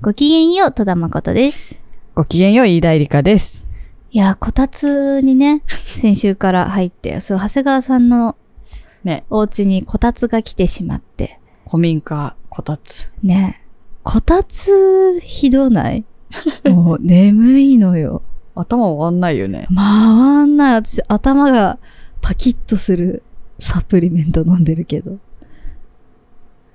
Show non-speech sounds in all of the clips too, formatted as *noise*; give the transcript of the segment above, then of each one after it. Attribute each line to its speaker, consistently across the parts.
Speaker 1: ごきげんよう、戸田誠です。
Speaker 2: ごきげんよう、飯田絵梨香です。
Speaker 1: いやー、こたつにね、 *laughs* 先週から入って、そう、長谷川さんの
Speaker 2: ね、
Speaker 1: お家にこたつが来てしまって、
Speaker 2: 古民家、こたつ。
Speaker 1: ね、こたつ、ひどない *laughs* もう、眠いのよ。
Speaker 2: 頭回んないよね。
Speaker 1: 回んない。私、頭がパキッとするサプリメント飲んでるけど。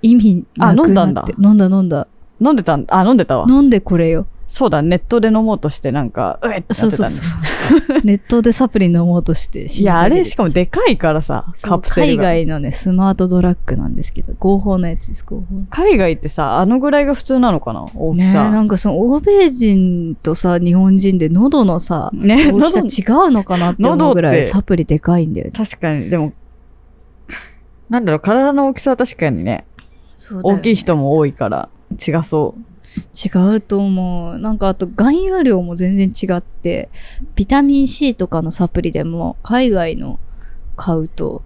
Speaker 1: 意味なくなって。
Speaker 2: あ飲んだんだ
Speaker 1: 飲んだ飲んだ。
Speaker 2: 飲んでたん、あ、飲んでたわ。
Speaker 1: 飲んでこれよ。
Speaker 2: そうだ、ネットで飲もうとしてなんか、うえってなってたね。
Speaker 1: そうそうそう。 *laughs* ネットでサプリ飲もうとして。
Speaker 2: いや、あれ、しかもでかいからさ、
Speaker 1: そう
Speaker 2: カプセルが。
Speaker 1: 海外のね、スマートドラッグなんですけど、合法のやつです、合法。
Speaker 2: 海外ってさ、あのぐらいが普通なのかな大き
Speaker 1: ねえ、
Speaker 2: さ。
Speaker 1: なんかその欧米人とさ、日本人で喉のさ、
Speaker 2: ね
Speaker 1: 大
Speaker 2: 喉
Speaker 1: きさ違うのかなって思うぐら
Speaker 2: 喉っ
Speaker 1: い
Speaker 2: て
Speaker 1: サプリでかいんだよね。
Speaker 2: 確かに、でも、なんだろう、体の大きさは確かにね、
Speaker 1: そうだよ
Speaker 2: 大
Speaker 1: ね
Speaker 2: きい人も多いから、違そ
Speaker 1: 違うと思う。なんかあと含有量も全然違って、ビタミン C とかのサプリでも海外の買うと、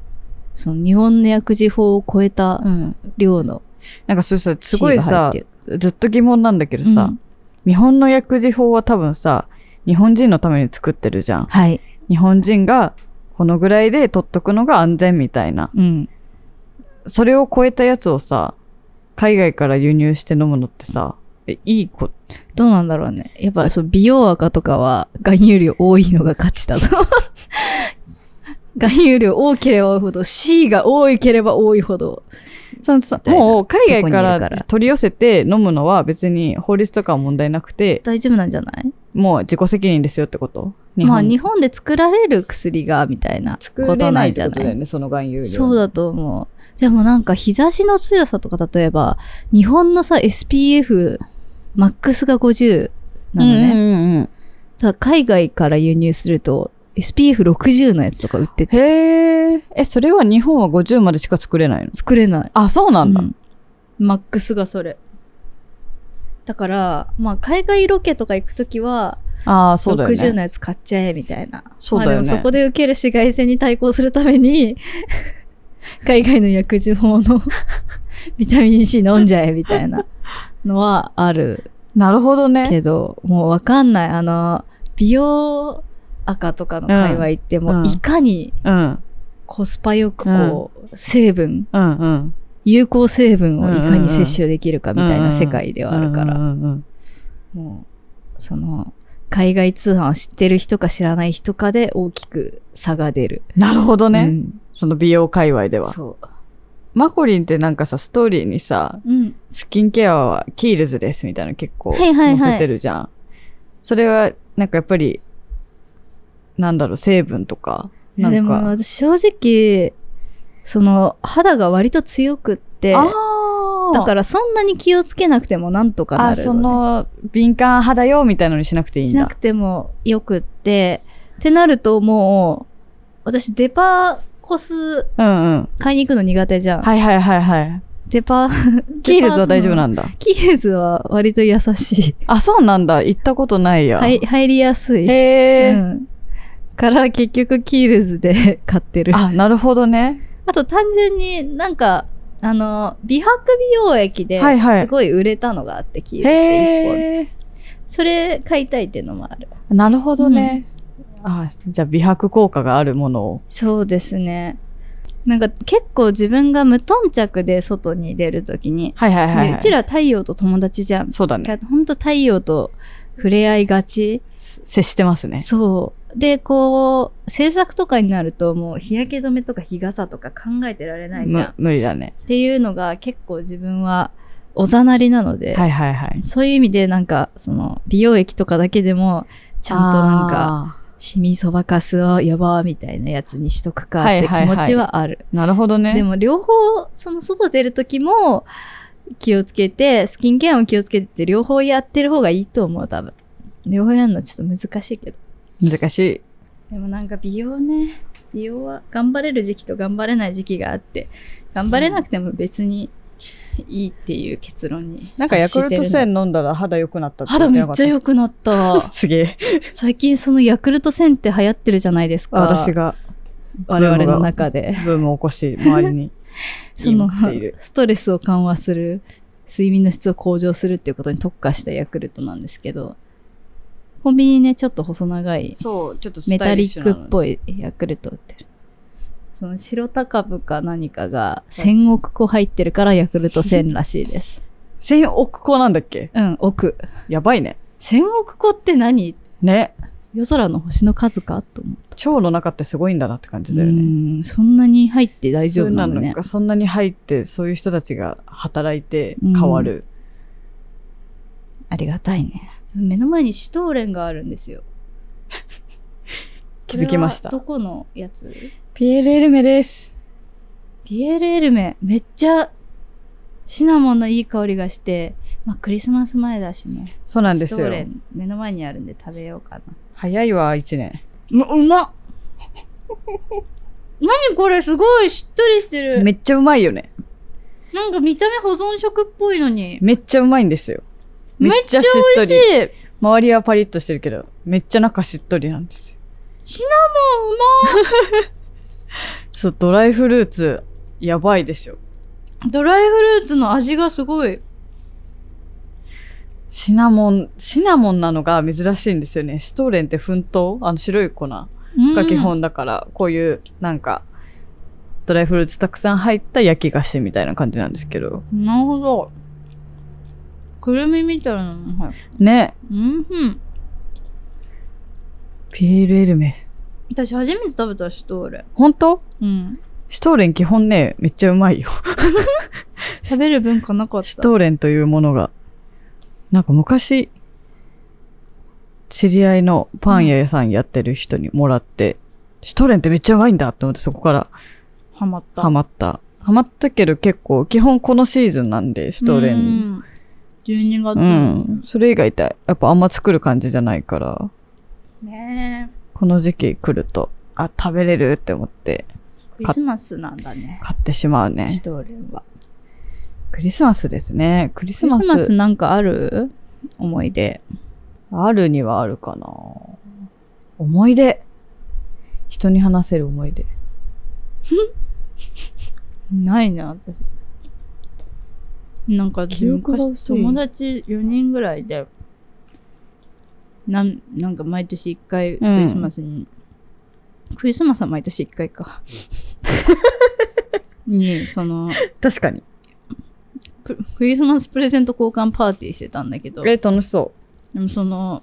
Speaker 1: その日本の薬事法を超えた
Speaker 2: う。うん。
Speaker 1: 量の
Speaker 2: なんかそれさ、す
Speaker 1: C
Speaker 2: ごい
Speaker 1: が入っ
Speaker 2: さ
Speaker 1: て、る。
Speaker 2: ずっと疑問なんだけど
Speaker 1: う
Speaker 2: さ
Speaker 1: ん、
Speaker 2: 日本の薬事法は多分さ、日本人のために作ってるじゃん。
Speaker 1: はい。
Speaker 2: 日本人がこのぐらいで取っとくのが安全みたいな。
Speaker 1: うん。
Speaker 2: それを超えたやつをさ、海外から輸入して飲むのってさ、えいいこ、
Speaker 1: どうなんだろうね。やっぱそう美容赤とかは含有量多いのが勝ちだと。 *laughs* 含有量多ければ多いほど、C が多ければ多いほど。
Speaker 2: そのさ
Speaker 1: みたいな
Speaker 2: もう海外
Speaker 1: とこに
Speaker 2: か
Speaker 1: いるから
Speaker 2: ら取り寄せて飲むのは別に法律とかは問題なくて、
Speaker 1: 大丈夫なんじゃない
Speaker 2: もう自己責任ですよってこと
Speaker 1: まあ日本で作られる薬が、みたいなことなんじゃない
Speaker 2: ね、その含有
Speaker 1: そうだと思う。でもなんか日差しの強さとか、例えば、日本のさ、SPF、マックスが50なのね。
Speaker 2: うんうん
Speaker 1: ただ海外から輸入すると、SPF60 のやつとか売ってて、
Speaker 2: へえ、え、それは日本は50までしか作れないの
Speaker 1: 作れない。
Speaker 2: あ、そうなんだ。
Speaker 1: うんマックスがそれ。だから、まあ、海外ロケとか行くときは、
Speaker 2: ああ、そうだよね。
Speaker 1: 60のやつ買っちゃえ、みたいな。
Speaker 2: そうだよね
Speaker 1: まあ、でもそこで受ける紫外線に対抗するため
Speaker 2: *laughs*
Speaker 1: に、海外の薬事法の *laughs* ビタミン C 飲んじゃえ、みたいなのはある
Speaker 2: なるほどね。
Speaker 1: けど、もうわかんない。あの、美容赤とかの界隈って、もううんいかに
Speaker 2: うん。
Speaker 1: コスパよくこう、成分、
Speaker 2: うんうん。
Speaker 1: 有効成分をいかに摂取できるかみたいな世界ではあるから
Speaker 2: うん。うんうん
Speaker 1: もう、その、海外通販を知ってる人か知らない人かで大きく差が出る。
Speaker 2: なるほどね、
Speaker 1: うん
Speaker 2: その美容界隈では。
Speaker 1: そう。
Speaker 2: マコリンってなんかさ、ストーリーにさ、
Speaker 1: うん。
Speaker 2: スキンケアはキールズですみたいなの結構
Speaker 1: はいはいはい
Speaker 2: 載せてるじゃん。それは、なんかやっぱり、なんだろう、成分とか。
Speaker 1: いや
Speaker 2: な
Speaker 1: で
Speaker 2: ん
Speaker 1: も
Speaker 2: か。
Speaker 1: 私正直、その、肌が割と強くって、
Speaker 2: あ
Speaker 1: だかららそんなに気をつけなくてもなんとかなるの、
Speaker 2: あ、
Speaker 1: ね。
Speaker 2: その、敏感肌よみたいのにしなくていいん
Speaker 1: し
Speaker 2: だ。
Speaker 1: なくてもよくって、ってなるともう、私デパコス
Speaker 2: うんうん。
Speaker 1: 買いに行くの苦手じゃん。
Speaker 2: はいはいはいはい。
Speaker 1: デ *laughs* パ、
Speaker 2: キールズは大丈夫なんだ。
Speaker 1: キールズは割と優し
Speaker 2: あ、そうなんだ。行ったことない
Speaker 1: い。
Speaker 2: や。
Speaker 1: はい、入りやすい。う
Speaker 2: へえ、
Speaker 1: ん。から結局キールズで買ってる。あ
Speaker 2: あ、なるほどね。
Speaker 1: と単純になんか、あの、美白美容液で
Speaker 2: はいはい
Speaker 1: すごい売れたのがあって、キールズで一本。
Speaker 2: へえ。
Speaker 1: それ買いたいっていうのもある。
Speaker 2: なるほどね。あじゃあ美白効果があるものを。
Speaker 1: そうですね。なんか結構自分が無頓着で外に出るときに、
Speaker 2: はいはいはい、
Speaker 1: で
Speaker 2: はいう
Speaker 1: ちら太陽と友達じゃん。
Speaker 2: そうだね。
Speaker 1: だからほんと太陽と触れ合いがち。
Speaker 2: 接してますね。
Speaker 1: そう。で、こう、制作とかになるともう日焼け止めとか日傘とか考えてられないじゃん
Speaker 2: む。無理だね。
Speaker 1: っていうのが結構自分はおざなりなので、
Speaker 2: はいはいはい。
Speaker 1: そういう意味でなんかその美容液とかだけでもちゃんとなんか
Speaker 2: か。
Speaker 1: シミそばかすを呼ばーみたいなやつにしとくかっ
Speaker 2: はい
Speaker 1: て
Speaker 2: は
Speaker 1: 気
Speaker 2: いはい
Speaker 1: 持ちはある。
Speaker 2: なるほどね。
Speaker 1: でも両方その外出る時も気をつけてスキンケアも気をつけてって両方やってる方がいいと思う多分。両方やるのちょっと難しいけど。
Speaker 2: 難しい。
Speaker 1: でもなんか美容ね美容は頑張れる時期と頑張れない時期があって頑張れなくても別にいいっていう結論に
Speaker 2: なんかヤクルト
Speaker 1: 達してるの
Speaker 2: 1000飲んだら肌良くなったって
Speaker 1: 肌めっちゃ
Speaker 2: 良
Speaker 1: 良くなった
Speaker 2: *laughs* すげえ。
Speaker 1: 最近そのヤクルト1000って流行ってるじゃないですか
Speaker 2: 私が
Speaker 1: 我々の中で *laughs*
Speaker 2: ブームを起こし、周りに
Speaker 1: その
Speaker 2: 言っている
Speaker 1: ストレスを緩和する睡眠の質を向上するっていうことに特化したヤクルトなんですけど、コンビニね、ちょっと細長い
Speaker 2: そう、ちょっと
Speaker 1: メタリックっ
Speaker 2: い。
Speaker 1: ぽいヤクルト売ってる。その白高部か何かが1000億個入ってるからヤクルト1000らしいです。
Speaker 2: 1000億個なんだっけ
Speaker 1: うん、億。
Speaker 2: やばいね。
Speaker 1: 1000億個って何
Speaker 2: ね。
Speaker 1: 夜空の星の数かと思った。
Speaker 2: 腸の中ってすごいんだなって感じだよ
Speaker 1: う
Speaker 2: ね。
Speaker 1: ん、そんなに入って大丈夫なんだ
Speaker 2: そう
Speaker 1: ね
Speaker 2: か。そんなに入って、そういう人たちが働いて
Speaker 1: うん
Speaker 2: 変わる。
Speaker 1: ありがたいね。目の前にシュトーレンがあるんですよ。
Speaker 2: 気づきました
Speaker 1: これ。はどこのやつ
Speaker 2: ピエール・エルメです。
Speaker 1: ピエール・エルメ、めっちゃシナモンのいい香りがして、まあクリスマス前だしね。
Speaker 2: そうなんです
Speaker 1: シュトーレ
Speaker 2: よ。
Speaker 1: ン目の前にあるんで食べようかな。
Speaker 2: 早いわ、1年。
Speaker 1: ううまっ何これすごいしっとりしてる。
Speaker 2: めっちゃうまいよね。
Speaker 1: なんか見た目保存食っぽいのに。
Speaker 2: めっちゃうまいんですよ。
Speaker 1: めっちゃ
Speaker 2: し
Speaker 1: 美
Speaker 2: っと
Speaker 1: 味し
Speaker 2: り。
Speaker 1: い。
Speaker 2: 周りはパリッとしてるけど、めっちゃ中しっとりなんですよ。
Speaker 1: シナモンう
Speaker 2: そう、ドライフルーツ、やばいでしょ。
Speaker 1: まっドライフルーツの味がすごい。
Speaker 2: シナモン、シナモンなのが珍しいんですよね。シュトーレンって粉糖あの白い粉が
Speaker 1: が
Speaker 2: 基。本だから、こういうなんか、ドライフルーツたくさん入った焼き菓子みたいな感じなんですけど。
Speaker 1: なるほど。くるみみたいなのも入る。
Speaker 2: ね。
Speaker 1: うんふん。
Speaker 2: ピエールエルメス。
Speaker 1: 私初めて食べたシュトーレン。
Speaker 2: 本当
Speaker 1: うん。
Speaker 2: シュトーレン基本ね、めっちゃうまいよ。
Speaker 1: 食べる文化なかっ
Speaker 2: シュ
Speaker 1: た。
Speaker 2: トーレンというものが。なんか昔、知り合いのパン屋さんやってる人にもらって、シュトーレンってめっちゃうまいんだって思ってそこから
Speaker 1: ハマった。
Speaker 2: ハマった。ハマったけど結構、基本このシーズンなんで、シュトーレ
Speaker 1: う
Speaker 2: ン。
Speaker 1: ん。12月。
Speaker 2: うん。それ以外って、やっぱあんま作る感じじゃないから、
Speaker 1: ねえ。
Speaker 2: この時期来ると、あ、食べれるって思って
Speaker 1: クリスマスなんだね。
Speaker 2: 買ってしまう
Speaker 1: シ
Speaker 2: ね
Speaker 1: ュ。トーレンは。
Speaker 2: クリスマスですね。クリス
Speaker 1: クリ
Speaker 2: マ
Speaker 1: ス
Speaker 2: ス。
Speaker 1: マスなんかある思い出。
Speaker 2: あるにはあるかな。思い出。人に話せる思い出。
Speaker 1: ないな、私。なんか、
Speaker 2: 記憶が薄
Speaker 1: 昔
Speaker 2: い
Speaker 1: 友達4人ぐらいで、なん、なんか毎年1回クリスマスに、クリスマスは毎年1回
Speaker 2: *laughs*
Speaker 1: か。に、その
Speaker 2: 確かに。
Speaker 1: ク、クリスマスプレゼント交換パーティーしてたんだけど、で
Speaker 2: え、楽しそ
Speaker 1: もその、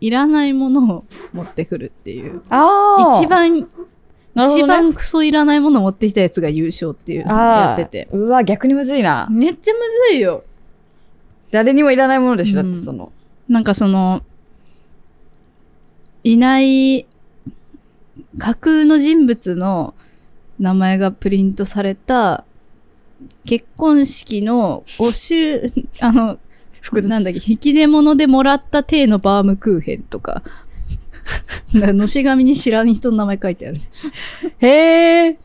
Speaker 1: いらないものを持ってくるっていう。
Speaker 2: う。あ
Speaker 1: 一、番
Speaker 2: なるほ
Speaker 1: 一
Speaker 2: どね、
Speaker 1: 番クソいらないもの持ってきたやつが優勝っていうのを
Speaker 2: あ
Speaker 1: や
Speaker 2: あ
Speaker 1: ってて。
Speaker 2: うわ、逆にむずいな。
Speaker 1: めっちゃむずいよ。
Speaker 2: 誰にもいらないものでしょ、
Speaker 1: うん
Speaker 2: だってその。
Speaker 1: なんかその、いない架空の人物の名前がプリントされた結婚式の5週、 *laughs* あの、なんだっけ、引き出物でもらった体のバームクーヘンと *laughs* か。なんかのし紙に知らん人の名前書いてある。
Speaker 2: へえ。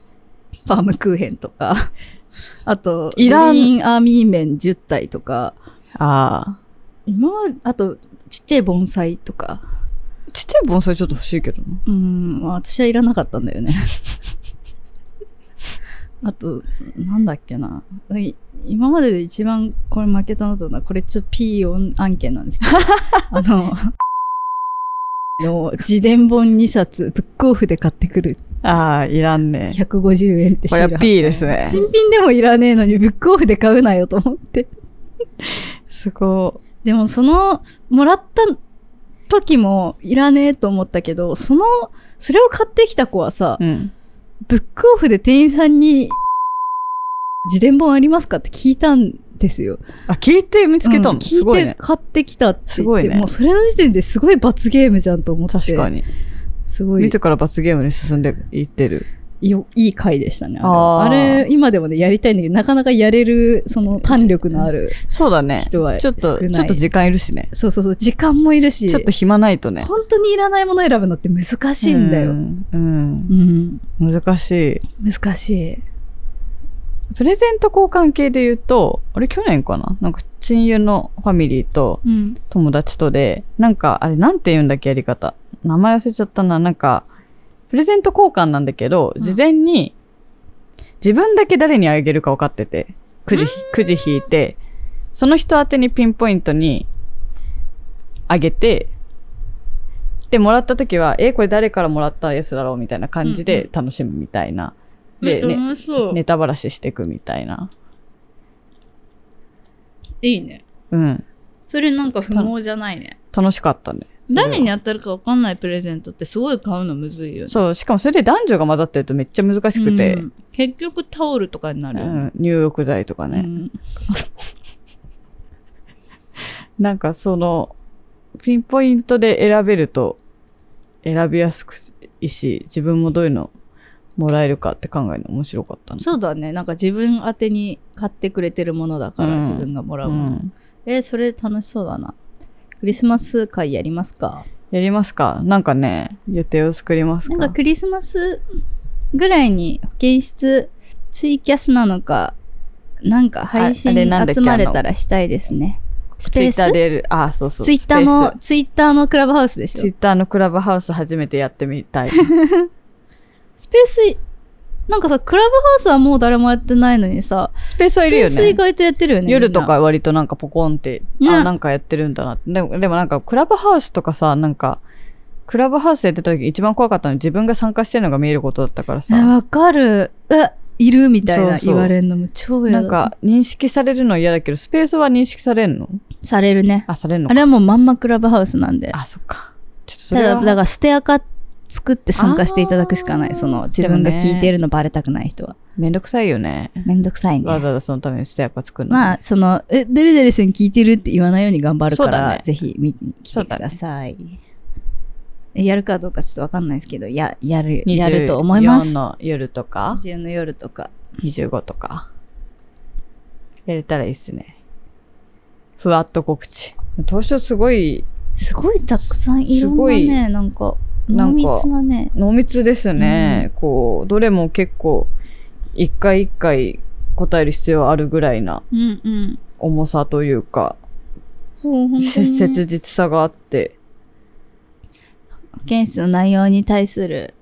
Speaker 1: バームクーヘンとか、あと、
Speaker 2: いら
Speaker 1: グ
Speaker 2: ん
Speaker 1: リーンアーミー麺10体とか、
Speaker 2: あ
Speaker 1: 今まで、あと、ちっちゃい盆栽とか、
Speaker 2: あ。ちっちゃい盆栽ちょっと欲しいけどな。
Speaker 1: うん、まあ私はいらなかったんだよ
Speaker 2: *laughs*
Speaker 1: ね。あと、なんだっけな。い今までで一番これ負けたなと思うのは、これちょっと P 案件なんです
Speaker 2: *laughs*
Speaker 1: けど、あの、の自伝本2冊、ブックオフで買ってくる
Speaker 2: ああ、いらんね。
Speaker 1: 150円って
Speaker 2: こ
Speaker 1: シー
Speaker 2: れは
Speaker 1: ル貼って
Speaker 2: P ですね。
Speaker 1: 新品でもいらねえのにブックオフで買うなよと思って。
Speaker 2: すご
Speaker 1: でもその、もらった時もいらねえと思ったけど、その、それを買ってきた子はさ、
Speaker 2: い。うん。
Speaker 1: ブックオフで店員さんに、自伝本ありますかって聞いたんですよ。
Speaker 2: あ、聞いて見つけたの、
Speaker 1: うん
Speaker 2: す
Speaker 1: 聞
Speaker 2: ごい
Speaker 1: いて
Speaker 2: ね。
Speaker 1: 買ってきたって言って、
Speaker 2: すごいね
Speaker 1: もうそれの時点ですごい罰ゲームじゃんと思って。
Speaker 2: 確か。に。
Speaker 1: すごい
Speaker 2: 自ら罰ゲームに進んでいってる。
Speaker 1: よいい回でしたね。あれは
Speaker 2: あ
Speaker 1: あ
Speaker 2: ー
Speaker 1: れ今でもね、やりたいんだけど、なかなかやれる、その、弾力のある
Speaker 2: そうだね。
Speaker 1: 人は
Speaker 2: ち
Speaker 1: 少
Speaker 2: ょ
Speaker 1: な
Speaker 2: っ
Speaker 1: い。
Speaker 2: と、ちょっと時間いるしね。
Speaker 1: そうそうそう、時間もいるし、
Speaker 2: ちょっと暇ないとね。
Speaker 1: 本当にいらないものを選ぶのって難しいんだ
Speaker 2: う
Speaker 1: よ。
Speaker 2: ん。うん
Speaker 1: うん。
Speaker 2: 難しい。
Speaker 1: 難しい。
Speaker 2: プレゼント交換系で言うと、あれ去年かななんか親友のファミリーと
Speaker 1: うん。
Speaker 2: 友達とで、なんかあれなんて言うんだっけやり方。名前忘れちゃったな。なんか、プレゼント交換なんだけど、
Speaker 1: うん
Speaker 2: 事前に自分だけ誰にあげるか分かってて、くじ、くじ引いて、その人宛てにピンポイントにあげて、で、もらった時は、え、これ誰からもらったやつだろうみたいな感じ
Speaker 3: うんう
Speaker 2: で楽しむみたいな。で、ね、
Speaker 3: 楽しそう。
Speaker 2: ネタばらししていくみたいな。
Speaker 3: いいね。
Speaker 2: うん。
Speaker 3: それなんか不毛じゃないね。
Speaker 2: 楽しかったね。それは
Speaker 3: 誰に当たるかわかんないプレゼントってすごい買うのむずいよね。
Speaker 2: そう、しかもそれで男女が混ざってるとめっちゃ難しくて、
Speaker 3: うん結局タオルとかにな
Speaker 2: う
Speaker 3: るよね。
Speaker 2: ん、入浴剤とかね。
Speaker 3: うん
Speaker 2: なんかその、ピンポイントで選べると、選びやすくいいし、自分もどういうのもらえるかって考えるの面白かったの。
Speaker 1: そうだね。なんか自分宛てに買ってくれてるものだから、
Speaker 2: うん
Speaker 1: 自分がもらう
Speaker 2: う
Speaker 1: もの。
Speaker 2: ん。
Speaker 1: えーそれ楽しそうだな。クリスマス会やりますか
Speaker 2: やりますかなんかね、予定を作ります
Speaker 1: な
Speaker 2: か
Speaker 1: んかクリスマスぐらいに保健室ツイキャスなのか、なんか配信
Speaker 2: ああれなんだっ
Speaker 1: 集
Speaker 2: け
Speaker 1: まれたらしたいですね。スペー
Speaker 2: ツイッター
Speaker 1: ス
Speaker 2: でやる、あ、そうそう。
Speaker 1: ツイッター
Speaker 2: スペ
Speaker 1: の
Speaker 2: ー、ス。
Speaker 1: ツイッターのクラブハウスでし
Speaker 2: ツイ
Speaker 1: ょ。
Speaker 2: ッターのクラブハウス初めてやってみたい。 *laughs*
Speaker 1: スペース、なんかさ、クラブハウスはもう誰もやってないのにさ、
Speaker 2: スペースはいるよね。
Speaker 1: スペース意外とやってるよね。
Speaker 2: 夜
Speaker 1: みんな
Speaker 2: と。か割となんかポコンって、
Speaker 1: ね
Speaker 2: あ、なんかやってるんだなって。でも、でもなんかクラブハウスとかさ、なんか、クラブハウスやってた時一番怖かったのは自分が参加してるのが見えることだったから
Speaker 1: え
Speaker 2: さ、
Speaker 1: わかる。え、いるみたい
Speaker 2: そう
Speaker 1: な
Speaker 2: そう
Speaker 1: 言われるのも超
Speaker 2: な
Speaker 1: 嫌だ。
Speaker 2: ん、か認識されるの嫌だけど、スペースは認識されんの
Speaker 1: されるね。
Speaker 2: あ、されんの
Speaker 1: あ
Speaker 2: か
Speaker 1: れはもうまんまクラブハウスなんで。
Speaker 2: あ、そっか。ちょっとそ
Speaker 1: た
Speaker 2: れ
Speaker 1: だ、
Speaker 2: は。
Speaker 1: だから、ステアカ作って参加していただくしかな
Speaker 2: あー
Speaker 1: い。その、自分が聞いているのバレたくない人は。
Speaker 2: めんどくさいよね。
Speaker 1: めんどくさい
Speaker 2: わ
Speaker 1: ね。
Speaker 2: ざわざそのためにステアカ作るの。
Speaker 1: まあ、その、え、デレデレさん聞いてるって言わないように頑張るか
Speaker 2: そうだ
Speaker 1: ら、
Speaker 2: ね
Speaker 1: ぜひ見に来
Speaker 2: そ
Speaker 1: て
Speaker 2: うだ
Speaker 1: く
Speaker 2: ね
Speaker 1: ださい。えやるかどうかちょっとわかんないですけど、や、やる、
Speaker 2: 24
Speaker 1: やると思います。
Speaker 2: の夜とか、
Speaker 1: 20の夜とか。
Speaker 2: 25とか。やれたらいいっすね。ふわっと告知。東証すごい
Speaker 1: すごいたくさんいろん
Speaker 2: すご
Speaker 1: ないね、なんか、
Speaker 2: な
Speaker 1: 濃
Speaker 2: んか
Speaker 1: 密なね。
Speaker 2: 濃密ですね、こうどれも結構一回一回答える必要あるぐらいな
Speaker 3: うんうん。
Speaker 2: 重さというか、
Speaker 3: そう、本当にね。
Speaker 2: せ切実さがあって
Speaker 1: 保健室の内容に対する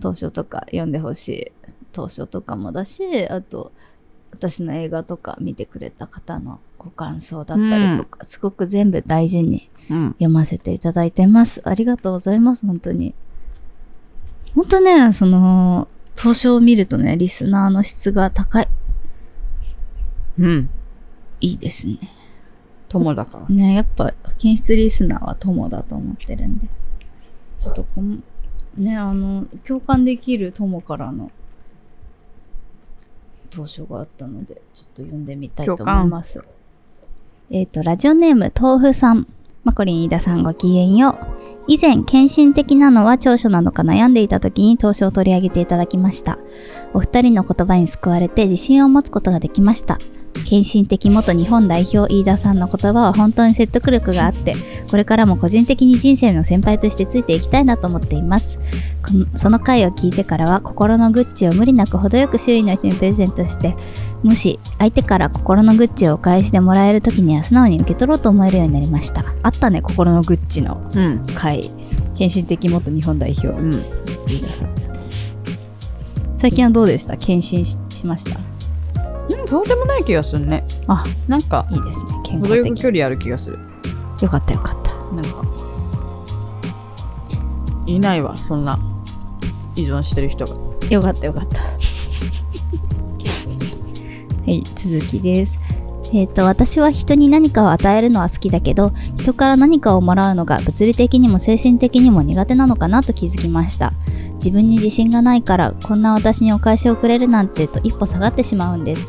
Speaker 1: 当書とか読んでほしい当書とかもだしあと私の映画とか見てくれた方のご感想だったりとか、すごく全部大事に
Speaker 2: うん
Speaker 1: 読ませていただいてますありがとうございます本当に本当ねその当書を見るとねリスナーの質が高い
Speaker 2: うん
Speaker 1: いいですね
Speaker 2: 友だから
Speaker 1: ねやっぱ保健室リスナーは友だと思ってるんでちょっとこのねあの共感できる友からの投書があったのでちょっと読んでみたいと思いますえっ、とラジオネーム豆腐さんマコリン飯田さんごきげんよう以前献身的なのは長所なのか悩んでいた時に投書を取り上げていただきましたお二人の言葉に救われて自信を持つことができました献身的元日本代表飯田さんの言葉は本当に説得力があってこれからも個人的に人生の先輩としてついていきたいなと思っていますこのその回を聞いてからは心のグッチを無理なく程よく周囲の人にプレゼントしてもし相手から心のグッチをお返しでもらえる時には素直に受け取ろうと思えるようになりましたあったね心のグッチの
Speaker 2: うん
Speaker 1: 回献身的元日本代表
Speaker 2: うん
Speaker 1: 飯田さん最近はどうでした献身ししました
Speaker 2: そうでもない気がするね
Speaker 1: あ
Speaker 2: なんか
Speaker 1: いいですね健康
Speaker 2: 程よく
Speaker 1: 的
Speaker 2: 距離ある気がする
Speaker 1: よかったよかった
Speaker 2: なんかいないわそんな依存してる人が
Speaker 1: よかったよかった。はい、続きです。えっと私は人に何かを与えるのは好きだけど人から何かをもらうのが物理的にも精神的にも苦手なのかなと気づきました自分に自信がないからこんな私にお返しをくれるなんてと一歩下がってしまうんです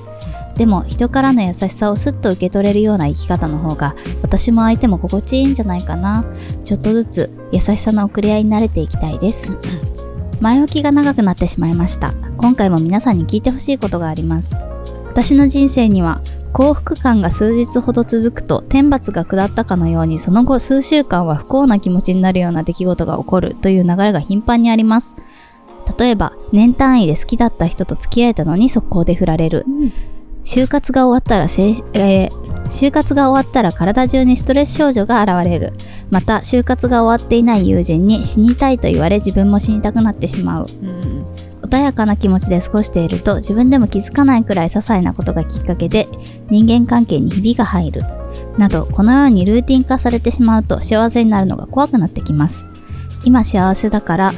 Speaker 1: でも人からの優しさをすっと受け取れるような生き方の方が私も相手も心地いいんじゃないかなちょっとずつ優しさの贈り合いに慣れていきたいです前置きが長くなってしまいました今回も皆さんに聞いてほしいことがあります私の人生には幸福感が数日ほど続くと天罰が下ったかのようにその後数週間は不幸な気持ちになるような出来事が起こるという流れが頻繁にあります例えば年単位で好きだった人と付き合えたのに速攻で振られる、就活が終わったらせい、えー就活が終わったら体中にストレス症状が現れるまた就活が終わっていない友人に死にたいと言われ自分も死にたくなってしまう
Speaker 2: うん
Speaker 1: お
Speaker 4: 穏やかな気持ちで過ごしていると自分でも気づかないくらい些細なことがきっかけで人間関係にひびが入るなどこのようにルーティン化されてしまうと幸せになるのが怖くなってきます今幸せだから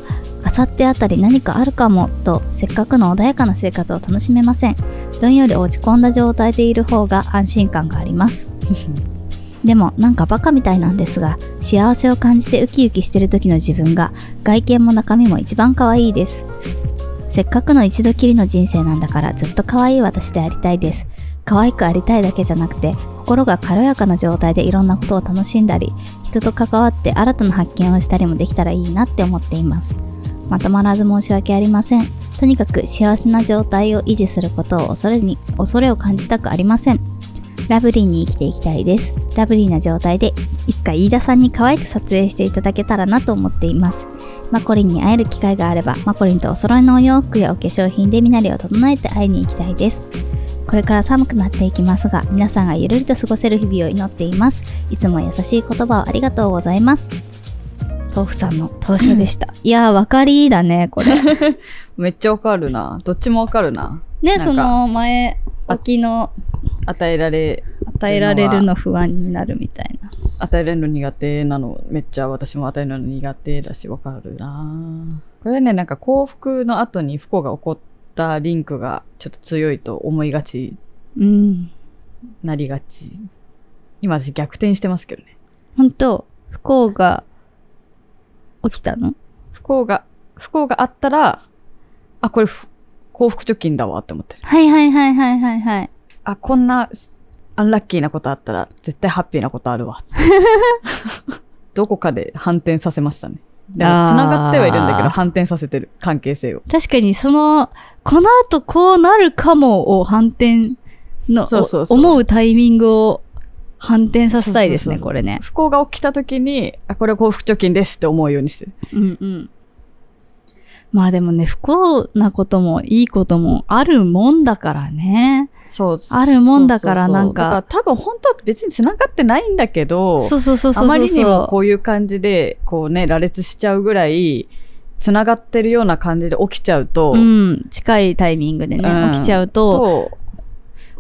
Speaker 4: 明後日あたり何かあるかもとせっかくの穏やかな生活を楽しめませんどんより落ち込んだ状態でいる方が安心感があります *laughs* でもなんかバカみたいなんですが幸せを感じてウキウキしてる時の自分が外見も中身も一番可愛いですせっかくの一度きりの人生なんだからずっと可愛い私でありたいです可愛くありたいだけじゃなくて心が軽やかな状態でいろんなことを楽しんだり人と関わって新たな発見をしたりもできたらいいなって思っていますまとまらず申し訳ありませんとにかく幸せな状態を維持することを恐れに恐れを感じたくありませんラブリーに生きていきたいですラブリーな状態でいつか飯田さんに可愛く撮影していただけたらなと思っていますマコリンに会える機会があればマコリンとお揃いのお洋服やお化粧品で身なりを整えて会いに行きたいですこれから寒くなっていきますが皆さんがゆるりと過ごせる日々を祈っていますいつも優しい言葉をありがとうございます豆腐さんの投書でした *laughs* いやーわかりだねこれ
Speaker 2: めっちゃわかるな。どっちもわかるな。な
Speaker 1: ね、
Speaker 2: んか
Speaker 1: その前、
Speaker 2: あ
Speaker 1: 沖の
Speaker 2: 与えられ、
Speaker 1: 与えられるの不安になるみたいな。
Speaker 2: 与えられるの苦手なの、めっちゃ私も与えられるの苦手だし、わかるな。これね、なんか幸福の後に不幸が起こったリンクがちょっと強いと思いがち
Speaker 1: うん。
Speaker 2: なりがち。今私逆転してますけどね。
Speaker 1: 本当不幸が起きたの
Speaker 2: 不幸が、不幸があったら、あ、これふ幸福貯金だわって思ってる。
Speaker 1: はいはいはいはいはいはい。
Speaker 2: あ、こんなアンラッキーなことあったら絶対ハッピーなことあるわ。 *laughs* どこかで反転させましたね。でも
Speaker 1: あー
Speaker 2: 繋がってはいるんだけど反転させてる関係性を。
Speaker 1: 確かにその、この後こうなるかもを反転の、
Speaker 2: そうそうそう
Speaker 1: お思うタイミングを反転させたいですね、
Speaker 2: そうそうそうそう
Speaker 1: これね。
Speaker 2: 不幸が起きた時に、あ、これは幸福貯金ですって思うようにしてる。
Speaker 1: うんうん。まあでもね、不幸なこともいいこともあるもんだからね。
Speaker 2: そう。
Speaker 1: あるもんだからなんか
Speaker 2: だから多分本当は別に繋がってないんだけど、
Speaker 1: そうそうそうそうそうそう。
Speaker 2: あまりにもこういう感じで、こうね、羅列しちゃうぐらい、繋がってるような感じで起きちゃうと、
Speaker 1: うん、近いタイミングでね、
Speaker 2: うん
Speaker 1: 起きちゃうと、
Speaker 2: と、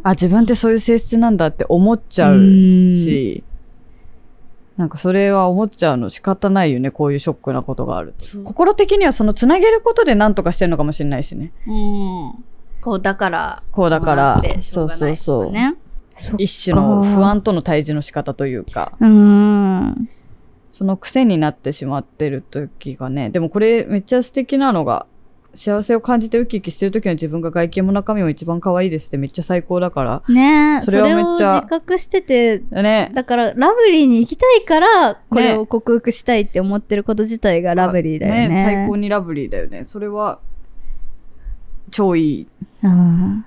Speaker 2: あ、自分ってそういう性質なんだって思っちゃ
Speaker 1: う
Speaker 2: う
Speaker 1: ーん
Speaker 2: し、なんかそれは思っちゃうの仕方ないよね、こういうショックなことがあると。心的にはその繋げることで何とかしてるのかもしれないしね。
Speaker 1: うん。こう、だから、
Speaker 2: こうだか
Speaker 1: も
Speaker 2: ら
Speaker 1: うなん、てしょ
Speaker 2: そうう
Speaker 1: が
Speaker 2: そ
Speaker 1: な
Speaker 2: う
Speaker 1: い
Speaker 2: そう。
Speaker 1: ね。そ
Speaker 2: 一種の不安との対峙の仕方というか。
Speaker 1: うーん。
Speaker 2: その癖になってしまってる時がね、でもこれめっちゃ素敵なのが、幸せを感じてウキウキしてる時の自分が外見も中身も一番可愛いですってめっちゃ最高だか
Speaker 1: ねえ、そ
Speaker 2: それ
Speaker 1: れ
Speaker 2: はめっ
Speaker 1: を
Speaker 2: ちゃ
Speaker 1: 自覚してて、
Speaker 2: ら。ね。
Speaker 1: だから、ラブリーに行きたいから、これを克服したいって思ってること自体がラブリーだよね。
Speaker 2: 最高にラブリーだよね。それは、超いい。
Speaker 1: うん。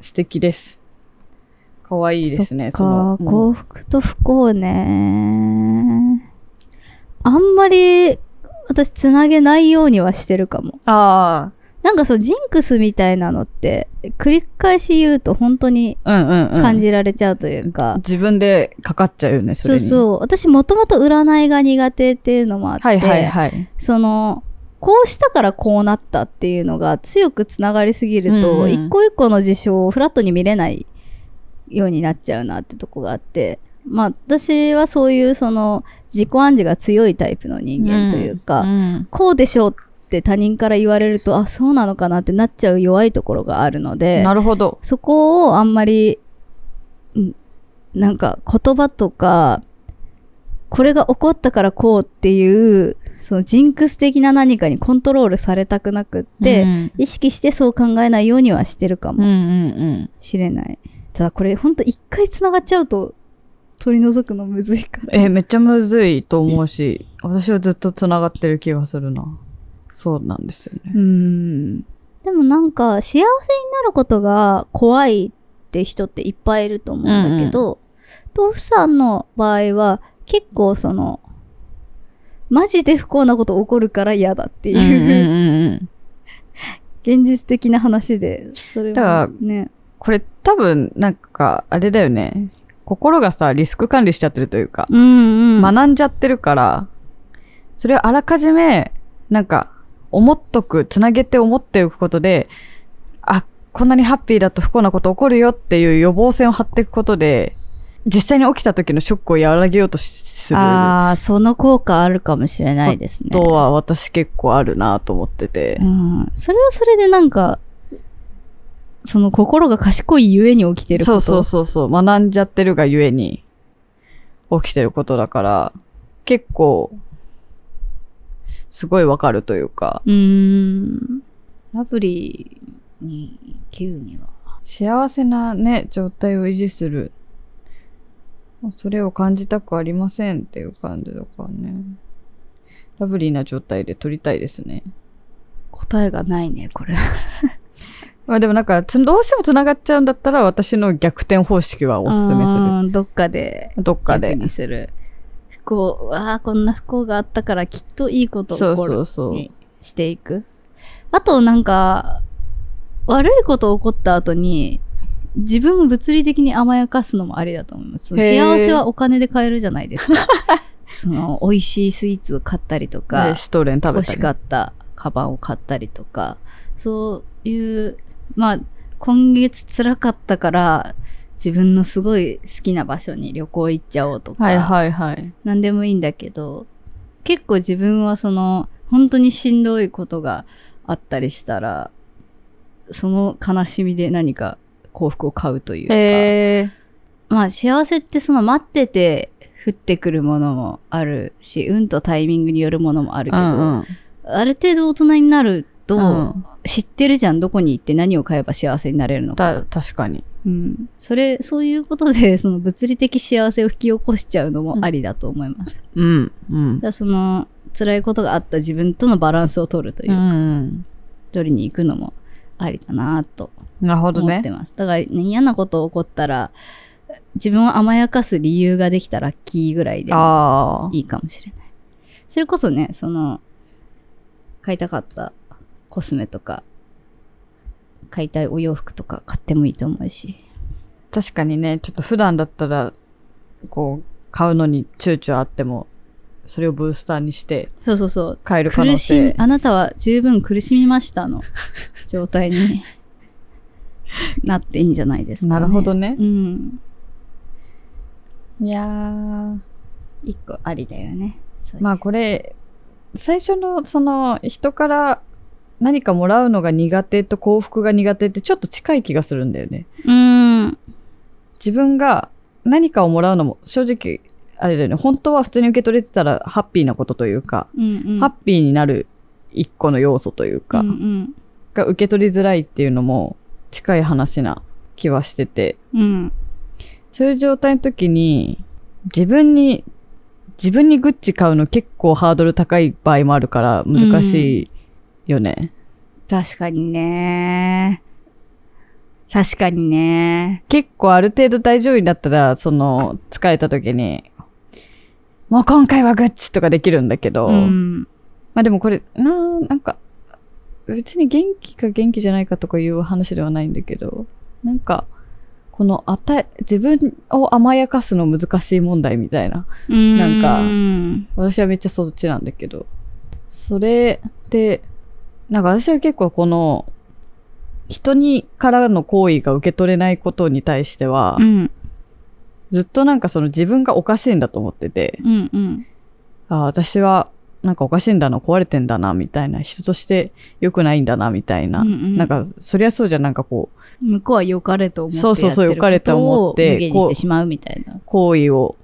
Speaker 2: 素敵です。可愛いですね。そ
Speaker 1: そ
Speaker 2: の
Speaker 1: っか、幸福と不幸ね。あんまり、私、つなげないようにはしてるかも。
Speaker 2: あ
Speaker 1: なんかそう、ジンクスみたいなのって、繰り返し言うと本当に
Speaker 2: あ、うんうんうん。
Speaker 1: 感じられちゃうというか、
Speaker 2: 自分でかかっちゃうよね、そ
Speaker 1: そ
Speaker 2: れ
Speaker 1: う
Speaker 2: に。う。
Speaker 1: そう。私もともと占いが苦手っていうのもあって、
Speaker 2: はいはいはい。
Speaker 1: その、こうしたからこうなったっていうのが強くつながりすぎる
Speaker 2: うん
Speaker 1: と、
Speaker 2: うん
Speaker 1: 一個一個の事象をフラットに見れないようになっちゃうなってとこがあって、まあ私はそういうその自己暗示が強いタイプの人間というか、
Speaker 2: うん
Speaker 1: こうでしょうって他人から言われると、あ、そうなのかなってなっちゃう弱いところがあるので、
Speaker 2: なるほど。
Speaker 1: そこをあんまり、んなんか言葉とか、これが起こったからこうっていう、そのジンクス的な何かにコントロールされたくなくって、
Speaker 2: うん
Speaker 1: 意識してそう考えないようにはしてるか
Speaker 2: うん
Speaker 1: も
Speaker 2: うんうん。
Speaker 1: しれない。ただこれほんと一回繋がっちゃうと取り除くのむずいから。
Speaker 2: え、めっちゃむずいと思うし、私はずっと繋がってる気がするな。そうなんですよね。
Speaker 1: うん。でもなんか幸せになることが怖いって人っていっぱいいると思うんだけど、豆腐さんの場合は結構その、マジで不幸なこと起こるから嫌だっていう、
Speaker 2: うん。
Speaker 1: 現実的な話で、それはね。
Speaker 2: *laughs* これ多分、なんか、あれだよね。心がさ、リスク管理しちゃってるというか、
Speaker 1: うんうん。
Speaker 2: 学んじゃってるから、それをあらかじめ、なんか、思っとく、つなげて思っておくことで、あ、こんなにハッピーだと不幸なこと起こるよっていう予防線を張っていくことで、実際に起きた時のショックを和らげようとしするこ
Speaker 1: ああ、その効果あるかもしれないですね。
Speaker 2: とは私結構あるなと思ってて
Speaker 1: う。ん。それはそれでなんか、その心が賢いゆえに起きてるこ
Speaker 2: そ
Speaker 1: と。
Speaker 2: うそうそうそう、学んじゃってるがゆえに起きてることだから、結構、すごいわかるというか、
Speaker 1: うーん。ラブリーに生きるには。
Speaker 2: 幸せなね、状態を維持する。もうそれを感じたくありませんっていう感じだからね。ラブリーな状態で撮りたいですね。
Speaker 1: 答えがないね、これ。
Speaker 2: まあでもなんか、つどうしても繋がっちゃうんだったら私の逆転方式はおすすめする。
Speaker 1: る。どっかで、
Speaker 2: どっか
Speaker 1: 逆
Speaker 2: で。
Speaker 1: にする。不幸、わあ、こんな不幸があったからきっといいこと
Speaker 2: そ
Speaker 1: 起
Speaker 2: う
Speaker 1: こる。
Speaker 2: そうそう。
Speaker 1: にしていく。あとなんか、悪いこと起こった後に、自分を物理的に甘やかすのもありだと思います。その
Speaker 2: へー
Speaker 1: 幸せはお金で買えるじゃないです
Speaker 2: *laughs*
Speaker 1: か。その、美味しいスイーツを買ったりとか
Speaker 2: で、シトレン食べたり。
Speaker 1: 欲しかったカバンを買ったりとか、そういう、まあ、今月辛かったから、自分のすごい好きな場所に旅行行っちゃおうとか、
Speaker 2: はいはいはい。
Speaker 1: 何でもいいんだけど、結構自分はその、本当にしんどいことがあったりしたら、その悲しみで何か幸福を買うというか、
Speaker 2: へえ。
Speaker 1: まあ幸せってその待ってて降ってくるものもあるし、運とタイミングによるものもあるけど、
Speaker 2: ん。
Speaker 1: ある程度大人になると、
Speaker 2: うん
Speaker 1: 知ってるじゃん、どこに行って何を買えば幸せになれるのか。
Speaker 2: た、確かに。
Speaker 1: うん。それ、そういうことで、 *laughs* その物理的幸せを引き起こしちゃうのもありだと思います。
Speaker 2: うん。うん
Speaker 1: だか。らその辛いことがあった自分とのバランスを取るという、
Speaker 2: うん。
Speaker 1: 取りに行くのもありだなと
Speaker 2: なるほど
Speaker 1: 思っ
Speaker 2: ね
Speaker 1: て。ます、だから、ね、嫌なこと起こったら自分を甘やかす理由ができたらラッキーぐらいでも
Speaker 2: ああ。
Speaker 1: いいかもしれないそれこそねその買いたかったコスメとか買いたいお洋服とか買ってもいいと思うし
Speaker 2: 確かにね、ちょっと普段だったら、こう、買うのに躊躇あっても、それをブースターにして
Speaker 1: そうそうそう
Speaker 2: 買える可能
Speaker 1: 苦しみ
Speaker 2: 性。
Speaker 1: あなたは十分苦しみましたの状態に *laughs* なっていいんじゃないですか、ね、
Speaker 2: なるほどね
Speaker 1: うん
Speaker 2: いやー。
Speaker 1: 一個ありだよねそう
Speaker 2: まあこれ、最初のその人から何かもらうのが苦手と幸福が苦手ってちょっと近い気がするんだよね。
Speaker 1: うん
Speaker 2: 自分が何かをもらうのも正直、あれだよね、本当は普通に受け取れてたらハッピーなことというか、
Speaker 1: うんうん
Speaker 2: ハッピーになる一個の要素というか、
Speaker 1: うんうん
Speaker 2: が受け取りづらいっていうのも近い話な気はしてて、
Speaker 1: うん
Speaker 2: そういう状態の時に、自分に、自分にグッチ買うの結構ハードル高い場合もあるから難しいよね。
Speaker 1: 確かにね確かにね
Speaker 2: 結構ある程度大丈夫になったら、その、疲れた時に、もう今回はグッチとかできるんだけど、
Speaker 1: うん
Speaker 2: まあでもこれ、なーなんか、別に元気か元気じゃないかとかいう話ではないんだけど、なんか、この与え、自分を甘やかすの難しい問題みたいな。なんか
Speaker 1: うん
Speaker 2: 私はめっちゃそっちなんだけど。それで、なんか私は結構この、人にからの行為が受け取れないことに対しては、
Speaker 1: うん
Speaker 2: ずっとなんかその自分がおかしいんだと思ってて、
Speaker 1: うんうん
Speaker 2: ああ、私はなんかおかしいんだな、壊れてんだな、みたいな、人として良くないんだな、みたいな。
Speaker 1: うんうん
Speaker 2: なんか、そりゃそうじゃん、なんかこう、
Speaker 1: 向こうは良かれと思って
Speaker 2: そうそうそう
Speaker 1: やってる
Speaker 2: 良かれと思って
Speaker 1: ことを無限にし
Speaker 2: こう
Speaker 1: てしまうみたいな
Speaker 2: 行為を、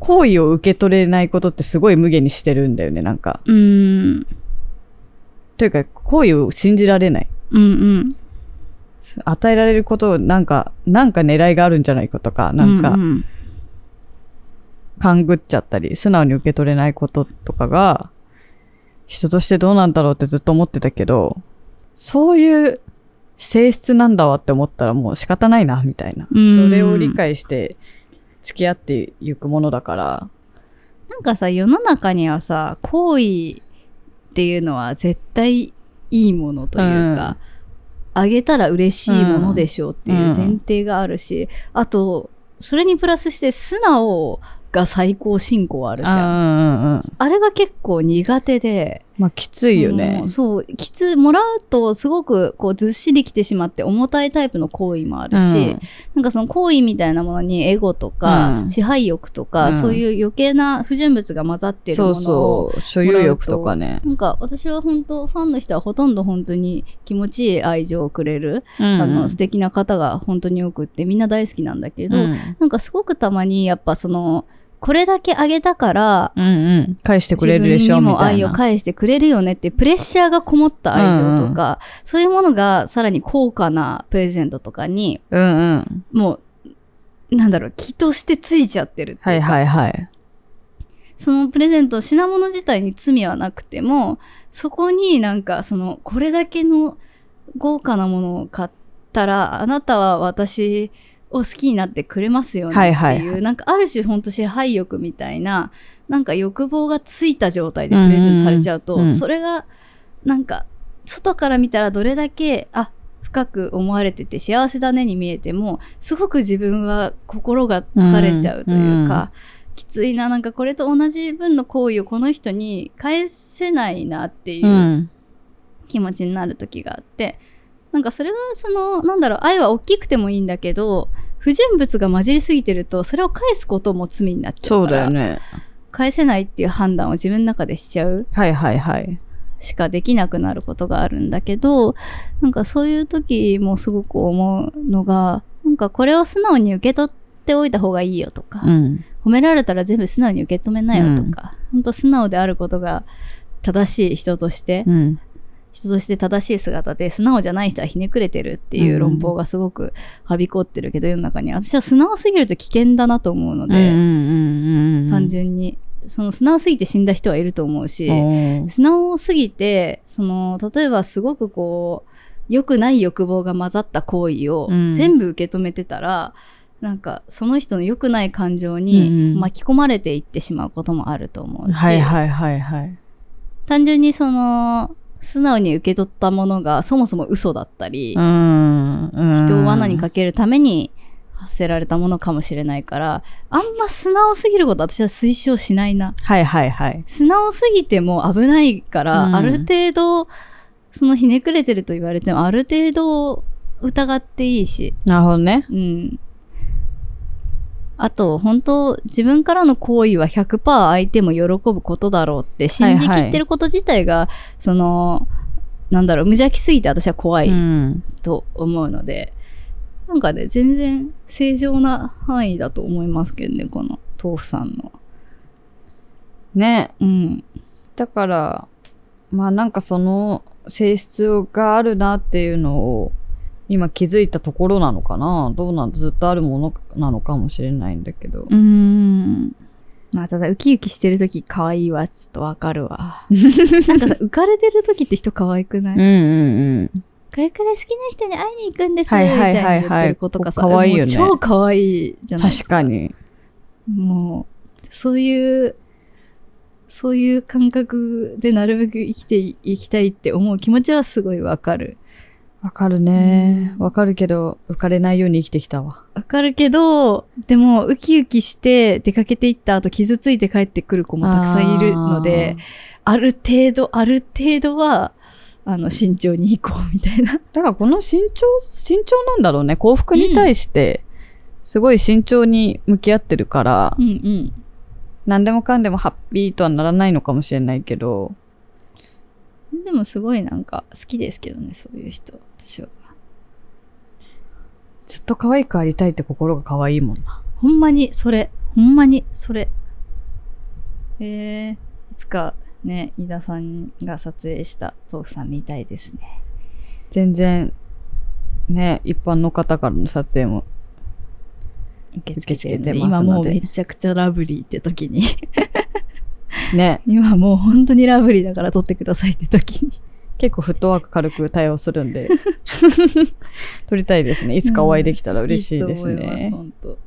Speaker 2: 行為を受け取れないことってすごい無限にしてるんだよね、なんか。
Speaker 1: うん
Speaker 2: というか、行為を信じられない。
Speaker 1: うんうん
Speaker 2: 与えられることを、なんか、なんか狙いがあるんじゃないかとか、なん
Speaker 1: う
Speaker 2: か、
Speaker 1: ん
Speaker 2: 勘ぐっちゃったり、素直に受け取れないこととかが、人としてどうなんだろうってずっと思ってたけど、そういう性質なんだわって思ったらもう仕方ないな、みたいな。
Speaker 1: うん
Speaker 2: それを理解して付き合っていくものだから、
Speaker 1: なんかさ、世の中にはさ、行為っていうのは絶対いいものというか、あげたら嬉しいものでしょうっていう前提があるし、あと、それにプラスして素直が最高信仰あるじゃん。
Speaker 2: あ
Speaker 1: あれが結構苦手で、
Speaker 2: まあ、きついよね。
Speaker 1: そうそうきつもらうとすごくこうずっしりきてしまって重たいタイプの行為もあるし、なんかその行為みたいなものにエゴとか、
Speaker 2: うん
Speaker 1: 支配欲とか、
Speaker 2: うん
Speaker 1: そういう余計な不純物が混ざっ
Speaker 2: う
Speaker 1: て
Speaker 2: ん、
Speaker 1: るも
Speaker 2: そ
Speaker 1: の
Speaker 2: う
Speaker 1: を
Speaker 2: そう、所有欲とかね。
Speaker 1: なんか私は本当ファンの人はほとんど本当に気持ちいい愛情をくれる、
Speaker 2: あ
Speaker 1: あの素敵な方が本当に多くってみんな大好きなんだけ
Speaker 2: う
Speaker 1: ど、
Speaker 2: ん
Speaker 1: なんかすごくたまにやっぱそのこれだけあげたから
Speaker 2: うんうん。返してく
Speaker 1: 自
Speaker 2: れ
Speaker 1: 分
Speaker 2: るでしょ、
Speaker 1: に
Speaker 2: み
Speaker 1: も
Speaker 2: たい
Speaker 1: 愛を
Speaker 2: な。
Speaker 1: 返してくれるよねってプレッシャーがこもった愛情とか、そういうものがさらに高価なプレゼントとかに
Speaker 2: うんうん。
Speaker 1: もうなんだろう気としてついちゃってるって
Speaker 2: は
Speaker 1: いう
Speaker 2: い
Speaker 1: か、
Speaker 2: はいはい。
Speaker 1: そのプレゼント品物自体に罪はなくてもそこになんかそのこれだけの豪華なものを買ったらあなたは私を好きになってくれますよねっていう、
Speaker 2: はいはいは
Speaker 1: なんかある種ほんと支配欲みたいななんか欲望がついた状態でプレゼントされちゃうと、
Speaker 2: うんうんうん。
Speaker 1: それがなんか外から見たらどれだけあ深く思われてて幸せだねに見えてもすごく自分は心が疲れちゃうというか、きついななんかこれと同じ分の行為をこの人に返せないなっていううん気持ちになる時があって、なんかそれはそのなんだろう愛は大きくてもいいんだけど不純物が混じりすぎてるとそれを返すことも罪になっちゃ
Speaker 2: そうう
Speaker 1: か
Speaker 2: だ
Speaker 1: ら
Speaker 2: よね。
Speaker 1: 返せないっていう判断を自分の中でしちゃう
Speaker 2: はいはいはい。
Speaker 1: しかできなくなることがあるんだけどなんかそういう時もすごく思うのがなんかこれを素直に受け取っておいた方がいいよとか、
Speaker 2: うん。
Speaker 1: 褒められたら全部素直に受け止めなよとか、本当素直であることが正しい人として、
Speaker 2: うん。
Speaker 1: 人として正しい姿で素直じゃない人はひねくれてるっていううん論法がすごくはびこってるけど世の中に私は素直すぎると危険だなと思うの
Speaker 2: うんうん
Speaker 1: で、
Speaker 2: うんうん。
Speaker 1: 単純にその素直すぎて死んだ人はいると思うし、
Speaker 2: おー
Speaker 1: 素直すぎてその例えばすごくこう良くない欲望が混ざった行為を
Speaker 2: うん
Speaker 1: 全部受け止めてたら、なんかその人の良くない感情
Speaker 2: うん
Speaker 1: に
Speaker 2: うん
Speaker 1: 巻き込まれていってしまうこともあると思うし、
Speaker 2: はいはいはいはい。
Speaker 1: 単純にその素直に受け取ったものがそもそも嘘だったり、
Speaker 2: うん。
Speaker 1: 人
Speaker 2: 人
Speaker 1: を罠にかけるために発せられたものかもしれないからあんま素直すぎること私は推奨しないな。
Speaker 2: はいはいはい。
Speaker 1: 素直すぎても危ないから、
Speaker 2: うん
Speaker 1: ある程度そのひねくれてると言われてもある程度疑っていいし、
Speaker 2: なるほどね。
Speaker 1: うん、あと本当自分からの行為は100%相手も喜ぶことだろうって信じきってること自体が、そのなんだろう無邪気すぎて私は怖い
Speaker 2: うん。
Speaker 1: と思うので、なんかね全然正常な範囲だと思いますけどねこの豆腐さんの。
Speaker 2: ね。
Speaker 1: うん、
Speaker 2: だから、まあなんかその性質があるなっていうのを今気づいたところなのかな。どうなんずっとあるものなのかもしれないんだけど
Speaker 1: う。ーん。まあ、ただ、ウキウキしてるとき可愛いわ。ちょっとわかるわ。 *laughs* なんかさ、浮かれてるときって人可愛くない、
Speaker 2: うんうんうん。
Speaker 1: これくらい好きな人に会いに行くんです、
Speaker 2: は
Speaker 1: はいい
Speaker 2: は
Speaker 1: はいいはい
Speaker 2: は
Speaker 1: い
Speaker 2: はい
Speaker 1: みたいに言ってる子とかさ、
Speaker 2: 可愛いよね
Speaker 1: もう超可愛いじゃない
Speaker 2: 確かに。
Speaker 1: もう、そういう、そういう感覚でなるべく生きていいきたいって思う気持ちはすごいわかる。
Speaker 2: わかる
Speaker 1: ね
Speaker 2: わかるけど、浮かれないように生きてきたわ。
Speaker 1: わかるけど、でも、ウキウキして出かけていった後傷ついて帰ってくる子もたくさんいるので、ある程度、ある程度は、あの、慎重に行こうみたいな。
Speaker 2: だからこの慎重、慎重なんだろうね。幸福に対して、すごい慎重に向き合ってるから、
Speaker 1: んうん。
Speaker 2: 何でもかんでもハッピーとはならないのかもしれないけど、
Speaker 1: でもすごいなんか好きですけどね、そういう人。私は。
Speaker 2: ずっと可愛くありたいって心が可愛いもんな。
Speaker 1: ほんまに、それ。ほんまに、それ。えー、いつかね、飯田さんが撮影したトークさんみたいですね。
Speaker 2: 全然、ね、一般の方からの撮影も。
Speaker 1: 受付
Speaker 2: 付制
Speaker 1: 制
Speaker 2: ので
Speaker 1: で今もう
Speaker 2: 今もう
Speaker 1: めちゃくちゃラブリーって時に。
Speaker 2: ね、
Speaker 1: *laughs* 今もう本当にラブリーだから撮ってくださいって時に。
Speaker 2: 結構フットワーク軽く対応するん
Speaker 1: *laughs*
Speaker 2: で、撮りたいですね。いつかお会いできたら嬉しいです
Speaker 1: と思い
Speaker 2: ね
Speaker 1: ます、。本当。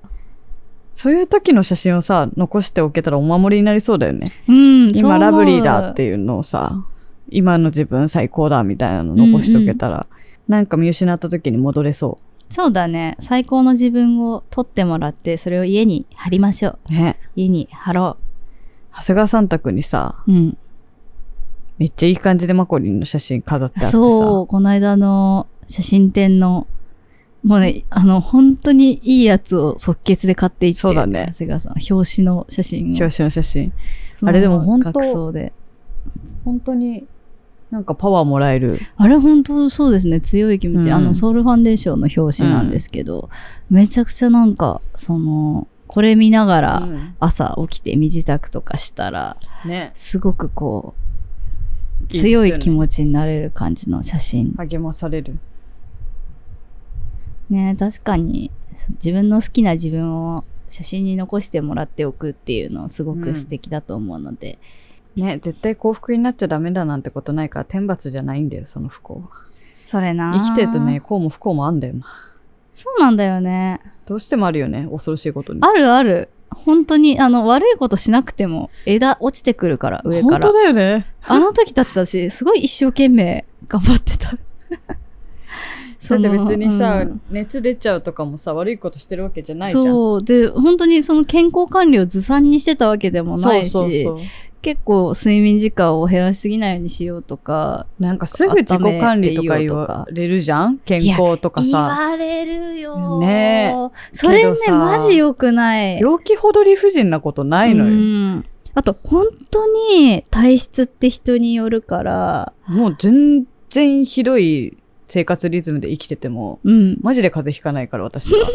Speaker 2: そういう時の写真をさ、残しておけたらお守りになりそうだよね。
Speaker 1: うん、そう思
Speaker 2: 今
Speaker 1: う
Speaker 2: ラブリーだっていうのをさ、今の自分最高だみたいなの残しておけたら、なんか見失った時に戻れそ
Speaker 1: そうだね。最高の自分を撮ってもらって、それを家に貼りましょう。
Speaker 2: う。ね。
Speaker 1: 家に貼ろ
Speaker 2: 長谷川さん宅にさ、
Speaker 1: う。うん。
Speaker 2: めっちゃいい感じでマコリンの写真飾ってあってさ。
Speaker 1: そう、この間の写真展の、もうね、あの、本当にいいやつを即決で買っていって、
Speaker 2: そうだね
Speaker 1: 長谷川さん、表紙の写真を。
Speaker 2: 表紙の写真。
Speaker 1: その
Speaker 2: あれでも本当
Speaker 1: 額装で。
Speaker 2: 本当になんかパワーもらえる。
Speaker 1: あれ本当そうですね、強い気持ち。
Speaker 2: うん
Speaker 1: あの、ソウルファンデーションの表紙なんですけど、めちゃくちゃなんか、その、これ見ながら、朝起きて身支度とかしたら、
Speaker 2: ね。
Speaker 1: すごくこう、
Speaker 2: いいですよ
Speaker 1: 強
Speaker 2: ね
Speaker 1: い気持ちになれる感じの写真。
Speaker 2: 励まされる。
Speaker 1: ね確かに、自分の好きな自分を写真に残してもらっておくっていうのすご
Speaker 2: うん
Speaker 1: く素敵だと思うので、
Speaker 2: ね、絶対幸福になっちゃダメだなんてことないから天罰じゃないんだよ、その不幸は。
Speaker 1: それな
Speaker 2: 生きてるとね、。こうも不幸もあんだよな。
Speaker 1: そうなんだよね。
Speaker 2: どうしてもあるよね、恐ろしいことに。
Speaker 1: あるある。本当に、あの、悪いことしなくても枝落ちてくるから、上か
Speaker 2: 本当
Speaker 1: ら。
Speaker 2: だよね。
Speaker 1: あの時だったし、すごい一生懸命頑張ってた。
Speaker 2: だって別に
Speaker 1: う
Speaker 2: さ、
Speaker 1: ん
Speaker 2: 熱出ちゃうとかもさ、悪いことしてるわけじゃないじゃん。
Speaker 1: そう。で、本当にその健康管理をずさんにしてたわけでもないし、
Speaker 2: そうそうそう
Speaker 1: 結構睡眠時間を減らしすぎないようにしようとか、
Speaker 2: なんかすぐ自己管理とか
Speaker 1: 温めていい
Speaker 2: 言
Speaker 1: よと
Speaker 2: わ
Speaker 1: か
Speaker 2: れるじゃん健康とか
Speaker 1: 言
Speaker 2: さ。
Speaker 1: われるよ。
Speaker 2: ね
Speaker 1: それ
Speaker 2: けど
Speaker 1: ね、
Speaker 2: さ
Speaker 1: マジ良くない。
Speaker 2: 病気ほど理不尽なことないの
Speaker 1: う
Speaker 2: よ。
Speaker 1: んあと、本当に体質って人によるから、
Speaker 2: もう全然ひどい生活リズムで生きてても、
Speaker 1: うん。
Speaker 2: マジで風邪ひかないから
Speaker 1: *laughs*
Speaker 2: 私は。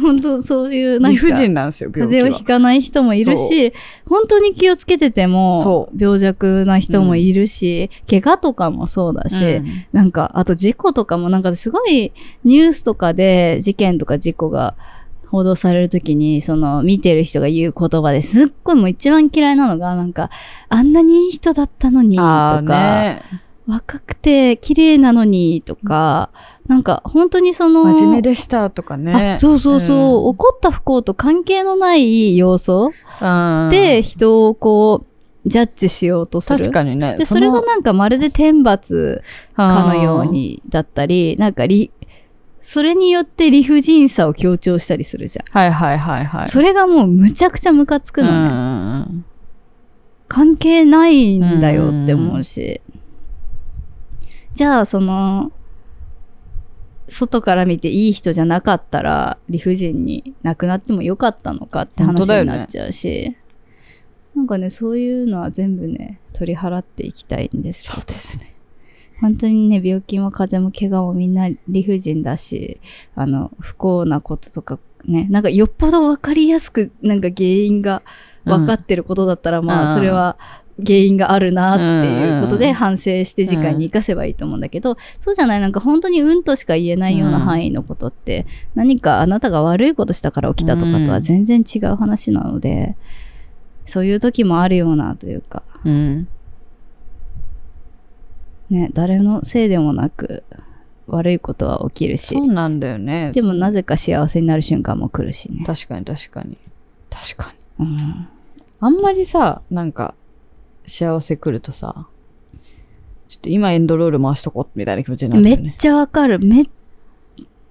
Speaker 1: 本当そういう、なん
Speaker 2: 理
Speaker 1: か、
Speaker 2: 不
Speaker 1: 風
Speaker 2: 尽なんですよ、病気は。
Speaker 1: 邪をひかない人もいるし、本当に気をつけてても
Speaker 2: そ、
Speaker 1: 病弱な人もいるし、怪我とかもそうだし、
Speaker 2: うん
Speaker 1: なんか、あと事故とかもなんかすごいニュースとかで事件とか事故が報道されるときに、その見てる人が言う言葉ですっごいもう一番嫌いなのが、なんか、あんなにいい人だったのにと
Speaker 2: あ
Speaker 1: か、
Speaker 2: あね。
Speaker 1: 若くて綺麗なのにとか、なんか本当にその、
Speaker 2: 真面目でしたとかね。
Speaker 1: あそうそうそう、
Speaker 2: うん
Speaker 1: 起こった不幸と関係のない要素
Speaker 2: うん
Speaker 1: で人をこう、ジャッジしようとする。
Speaker 2: 確かにね。
Speaker 1: で、それが
Speaker 2: の
Speaker 1: なんかまるで天罰かのよう。にだったり、なんかり、それによって理不尽さを強調したりするじゃん。
Speaker 2: あーはいはいはいはい。
Speaker 1: それがもうむちゃくちゃムカつく
Speaker 2: うんう
Speaker 1: のね。
Speaker 2: んうん
Speaker 1: 関係ないんだよって思うし。じゃあ、その、外から見ていい人じゃなかったら理不尽になくなってもよかったのかって
Speaker 2: 本当
Speaker 1: 話
Speaker 2: だよ
Speaker 1: に
Speaker 2: ね
Speaker 1: なっちゃうし、なんかね、そういうのは全部ね、取り払っていきたいんですそうですね。本当にね、病気も風邪も怪我もみんな理不尽だし、あの、不幸なこととかね、なんかよっぽど分かりやすく、なんか原因が分かってることだったら、ま
Speaker 2: う
Speaker 1: あ、
Speaker 2: ん
Speaker 1: それは原因があるなっていうこと
Speaker 2: う
Speaker 1: で
Speaker 2: ん
Speaker 1: 反省して次回に生かせばいいと思うんだけど、そうじゃない、なんか本当にうんとしか言えないような範囲のことって、何かあなたが悪いことしたから起きたとかとは全然違う話なので、そういう時もあるようなというか、
Speaker 2: うん。
Speaker 1: ね、誰のせいでもなく悪いことは起きるし
Speaker 2: そ、うなんだよね。
Speaker 1: でもなぜか幸せになる瞬間も来るしね。
Speaker 2: 確かに確かに。確かに。
Speaker 1: うん
Speaker 2: あんまりさ、なんか、幸せ来るとさ、ちょっと今エンドロール回しとこうみたいな気持ちになるんだ
Speaker 1: め
Speaker 2: よ
Speaker 1: っ
Speaker 2: ね。
Speaker 1: ちゃわかる。めっ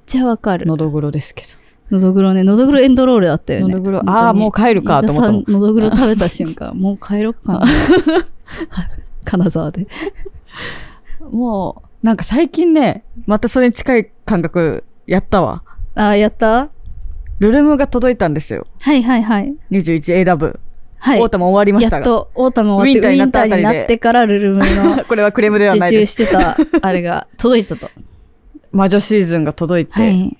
Speaker 1: ちゃわかる。
Speaker 2: 喉黒ですけ
Speaker 1: のどぐろね、のどぐろエンドロールだったよね。
Speaker 2: のどぐろ
Speaker 1: 本当に
Speaker 2: あーもう帰るかと思ったもん
Speaker 1: 飯田さんのどぐ *laughs* ろ食べた瞬間、もう帰ろっかな。 *laughs* 金沢で。
Speaker 2: ど。もう、なんか最近ね、またそれに近い感覚やったわ。
Speaker 1: あーやった
Speaker 2: ルルムが届いたんですよ。
Speaker 1: はいはいはい。
Speaker 2: 21AW。
Speaker 1: はい。
Speaker 2: オータも終わりまし
Speaker 1: や
Speaker 2: た
Speaker 1: っ
Speaker 2: が。
Speaker 1: と、オータム終わって、ウ
Speaker 2: ウ
Speaker 1: ィ
Speaker 2: ィ
Speaker 1: ン
Speaker 2: ン
Speaker 1: タ
Speaker 2: タ
Speaker 1: ー
Speaker 2: ーになったあ
Speaker 1: に
Speaker 2: たりで
Speaker 1: なってから、ルルムの
Speaker 2: これはクレームではな
Speaker 1: 受注
Speaker 2: いです。
Speaker 1: してた、あれが届いたと。
Speaker 2: 魔女シーズンが届いて、
Speaker 1: *laughs* はい。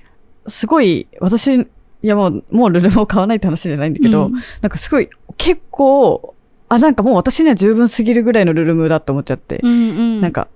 Speaker 2: すごい、私、いやもう、もうルルムを買わないって話じゃないんだけど、
Speaker 1: うん
Speaker 2: なんかすごい、結構、あ、なんかもう私には十分すぎるぐらいのルルムだと思っちゃって、
Speaker 1: うんうん。
Speaker 2: なんか、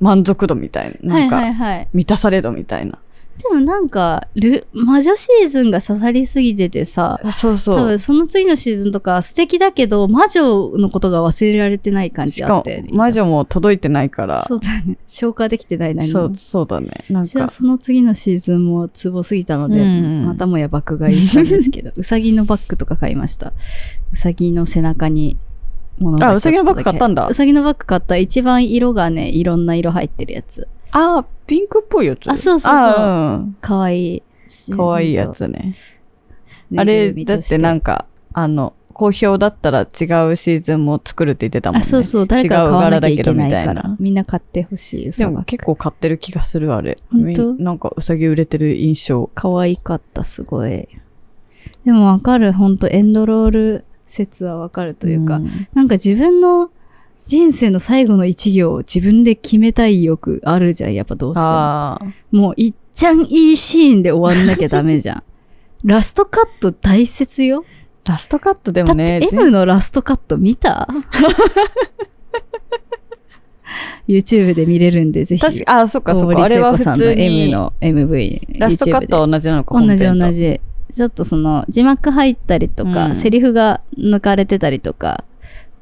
Speaker 2: 満足度みたいな。な
Speaker 1: は
Speaker 2: ん
Speaker 1: いは
Speaker 2: か、
Speaker 1: いはい。
Speaker 2: 満たされ度みたいな。
Speaker 1: でもなんか、ル魔女シーズンが刺さりすぎててさ、
Speaker 2: そう
Speaker 1: 多
Speaker 2: そう。
Speaker 1: 分その次のシーズンとか素敵だけど、魔女のことが忘れられてない感
Speaker 2: し
Speaker 1: じ
Speaker 2: か
Speaker 1: あっ
Speaker 2: も
Speaker 1: たよね、
Speaker 2: 魔女も届いてないから、
Speaker 1: そうだね。消化できてない何
Speaker 2: そ
Speaker 1: も
Speaker 2: う、。そうだね。なん
Speaker 1: 私は
Speaker 2: か、
Speaker 1: その次のシーズンもツボすぎたので、
Speaker 2: うん
Speaker 1: またもや爆買いしたんです
Speaker 2: *laughs*
Speaker 1: けど、うさぎのバッグとか買いました。うさぎの背中に物が
Speaker 2: あうさぎのバッグ買ったんだ
Speaker 1: うさぎのバッグ買った。一番色がね、いろんな色入ってるやつ。
Speaker 2: あ、ピンクっぽいやつ。
Speaker 1: あそうそうそう
Speaker 2: あうん
Speaker 1: かわいい。
Speaker 2: かわいいや。つね。
Speaker 1: ね
Speaker 2: あれ、
Speaker 1: 風味
Speaker 2: だ
Speaker 1: と
Speaker 2: っ
Speaker 1: して
Speaker 2: てなんか、あの、好評だったら違うシーズンも作るって言ってたもん
Speaker 1: あ、
Speaker 2: ね。
Speaker 1: そうそう、誰かが買わなきゃいけない
Speaker 2: 違う柄だけど
Speaker 1: か
Speaker 2: みたい
Speaker 1: ら
Speaker 2: な。
Speaker 1: みんな買ってほしいよ。
Speaker 2: でも結構買ってる気がする、あれ。
Speaker 1: 本当
Speaker 2: みなんかうさぎ売れてる印象。
Speaker 1: 可愛かった、すごい。でもわかる、ほんと、エンドロール説はわかるというか、
Speaker 2: ん
Speaker 1: なんか自分の人生の最後の一行を自分で決めたい欲あるじゃん、やっぱどうしても。
Speaker 2: ああ。
Speaker 1: もう、いっちゃんいいシーンで終わんなきゃダメじゃ
Speaker 2: *laughs*
Speaker 1: ん。ラストカット大切よ。
Speaker 2: ラストカットで
Speaker 1: だ
Speaker 2: も
Speaker 1: っ
Speaker 2: ね
Speaker 1: て、M のラストカット見
Speaker 2: *laughs*
Speaker 1: た ?YouTube で見れるんで、ぜひ。
Speaker 2: 確か、あ、そっか
Speaker 1: 大
Speaker 2: そっ
Speaker 1: 森
Speaker 2: か。あれ
Speaker 1: 聖
Speaker 2: は
Speaker 1: 子
Speaker 2: 普
Speaker 1: さんの
Speaker 2: 通に
Speaker 1: M の MV。
Speaker 2: ラストカット
Speaker 1: YouTube
Speaker 2: は同じなのか
Speaker 1: で同じ
Speaker 2: 本編と
Speaker 1: 同じ。ちょっとその字幕入ったりとか、
Speaker 2: うん
Speaker 1: セリフが抜かれてたりとか、